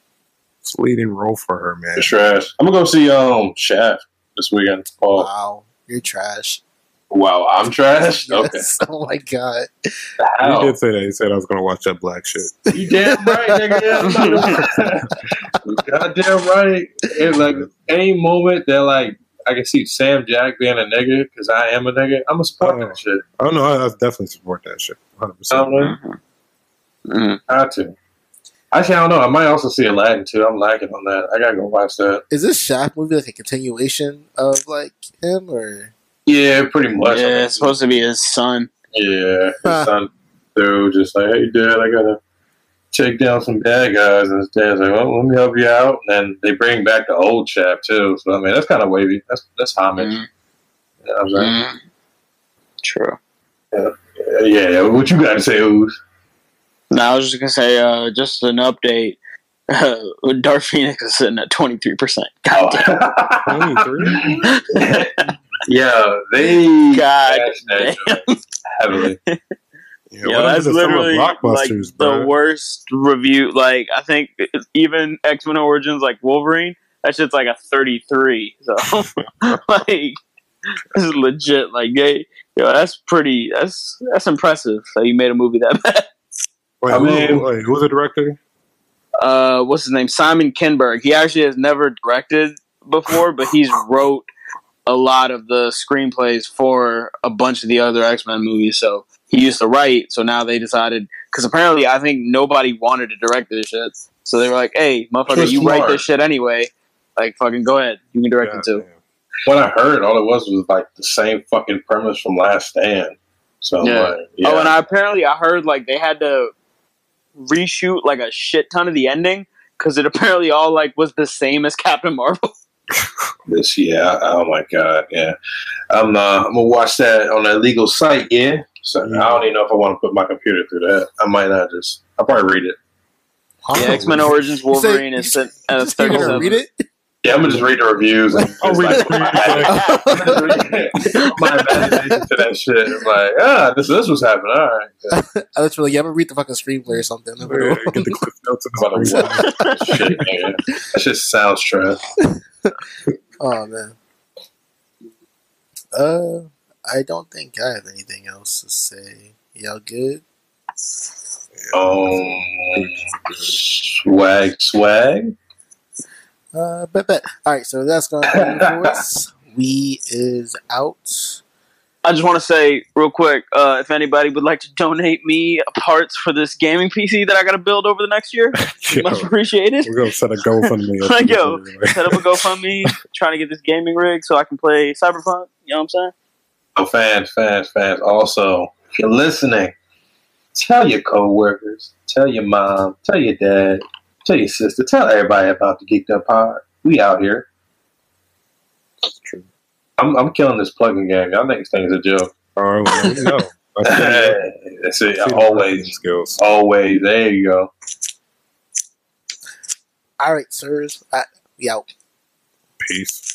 A: it's leading role for her, man.
D: It's trash. I'm gonna go see um Shaft this weekend. Oh,
B: Wow, you're trash. <laughs>
D: Wow, I'm trash. Okay,
B: Yes. Oh my god.
D: How?
A: He did say that. He said I was going to watch that black shit.
D: You damn right, nigga. Yeah, I'm not- You <laughs> goddamn right. And like any moment that like I can see Sam Jack being a nigga because I am a nigga, I'm a support that shit.
A: Oh no, I, I definitely support that shit. 100.
D: I'm
A: percent
D: like,
C: Mm-hmm.
D: I to. Actually, I don't know. I might also see Aladdin too. I'm lacking on that. I gotta go watch that.
B: Is this Shaft movie like a continuation of like him or
D: Yeah, pretty much.
C: Yeah, it's supposed to be his son.
D: Yeah, his son through just like, hey dad, I gotta take down some bad guys, and his dad's like, well, let me help you out. And then they bring back the old chap too. So I mean, that's kind of wavy. That's that's homage.
C: Mhm.
D: You know what I'm saying?
C: Mhm. True. Mm-hmm.
D: Yeah, yeah. What you gotta say, Ooze?
C: Now I was just gonna say, uh, just an update. <laughs> Dark Phoenix is sitting at twenty three percent. God damn.
D: Oh.
A: 23.
D: <laughs> yeah, they
C: God
D: bashed that joint heavily.
A: Yeah,
C: Yeah,
A: what happened to
C: that's
A: summer
C: literally like
A: blockbusters,
C: the
A: bro.
C: worst review. Like I think it's- even X Men Origins, like Wolverine, that shit's like a thirty three. So <laughs> like this is legit. Like they, yo, that's pretty. That's that's impressive. That you made a movie that bad.
A: Wait,
D: I
A: who,
D: mean-
A: wait, who's the director?
C: Uh, what's his name? Simon Kinberg. He actually has never directed before, but he's wrote a lot of the screenplays for a bunch of the other X Men movies. So he used to write. So now they decided because apparently I think nobody wanted to direct this shit. So they were like, "Hey, motherfucker,
D: Just
C: you write
D: smart.
C: this shit anyway. Like, fucking go ahead. You can direct it too."
D: What I heard, all it was was like the same fucking premise from Last Stand. So I'm
C: Yeah.
D: like, yeah.
C: Oh, and I apparently I heard like they had to reshoot like a shit ton of the ending because it apparently all like was the same as Captain Marvel.
D: this yeah oh my god yeah i'm uh, i'm gonna watch that on a legal site yeah so i don't even know if i want to put my computer through that i might not just i'll probably read it
B: Oh.
C: Yeah, X Men Origins Wolverine is sent at a
B: Just you're gonna
C: 37.
B: read it?
D: yeah i'm gonna just read the reviews and
A: <laughs> I'll
D: just,
A: read
D: like,
A: the screen.
B: <laughs>
D: my imagination to that shit it's like ah this this was happening all right yeah.
B: I was really, yeah, I'm gonna read the fucking screenplay or something. I'm gonna-
A: Yeah, Get the cliff notes.
D: I'm about
A: and screen. <laughs>
D: to watch this shit man. that shit sounds trash
B: Oh man. Uh, I don't think I have anything else to say. Y'all good?
D: um swag swag
B: Uh, bet bet. All right, so that's gonna do it for <laughs> us. We is out.
C: I just want to say real quick, uh, if anybody would like to donate me parts for this gaming PC that I got to build over the
B: <laughs>
C: next year, much
A: Yeah,
C: appreciated.
A: We're gonna set a GoFundMe. up.
C: Like, yo. Set up a GoFundMe, trying to get this gaming rig so I can play Cyberpunk. You know what I'm saying?
D: Oh, fans, fans, fans. Also, if you're listening, tell your coworkers, tell your mom, tell your dad, tell your sister, tell everybody about the Geeked Up Pod. We out here. I'm, I'm killing this plugging game. Y'all niggas think it's a joke. <laughs>
A: All right, oh, well, let me know. I see-
D: That's it.
A: I see the marketing
D: Always,
A: skills.
D: always. There you go.
B: All right, sirs. I, we out.
A: Peace.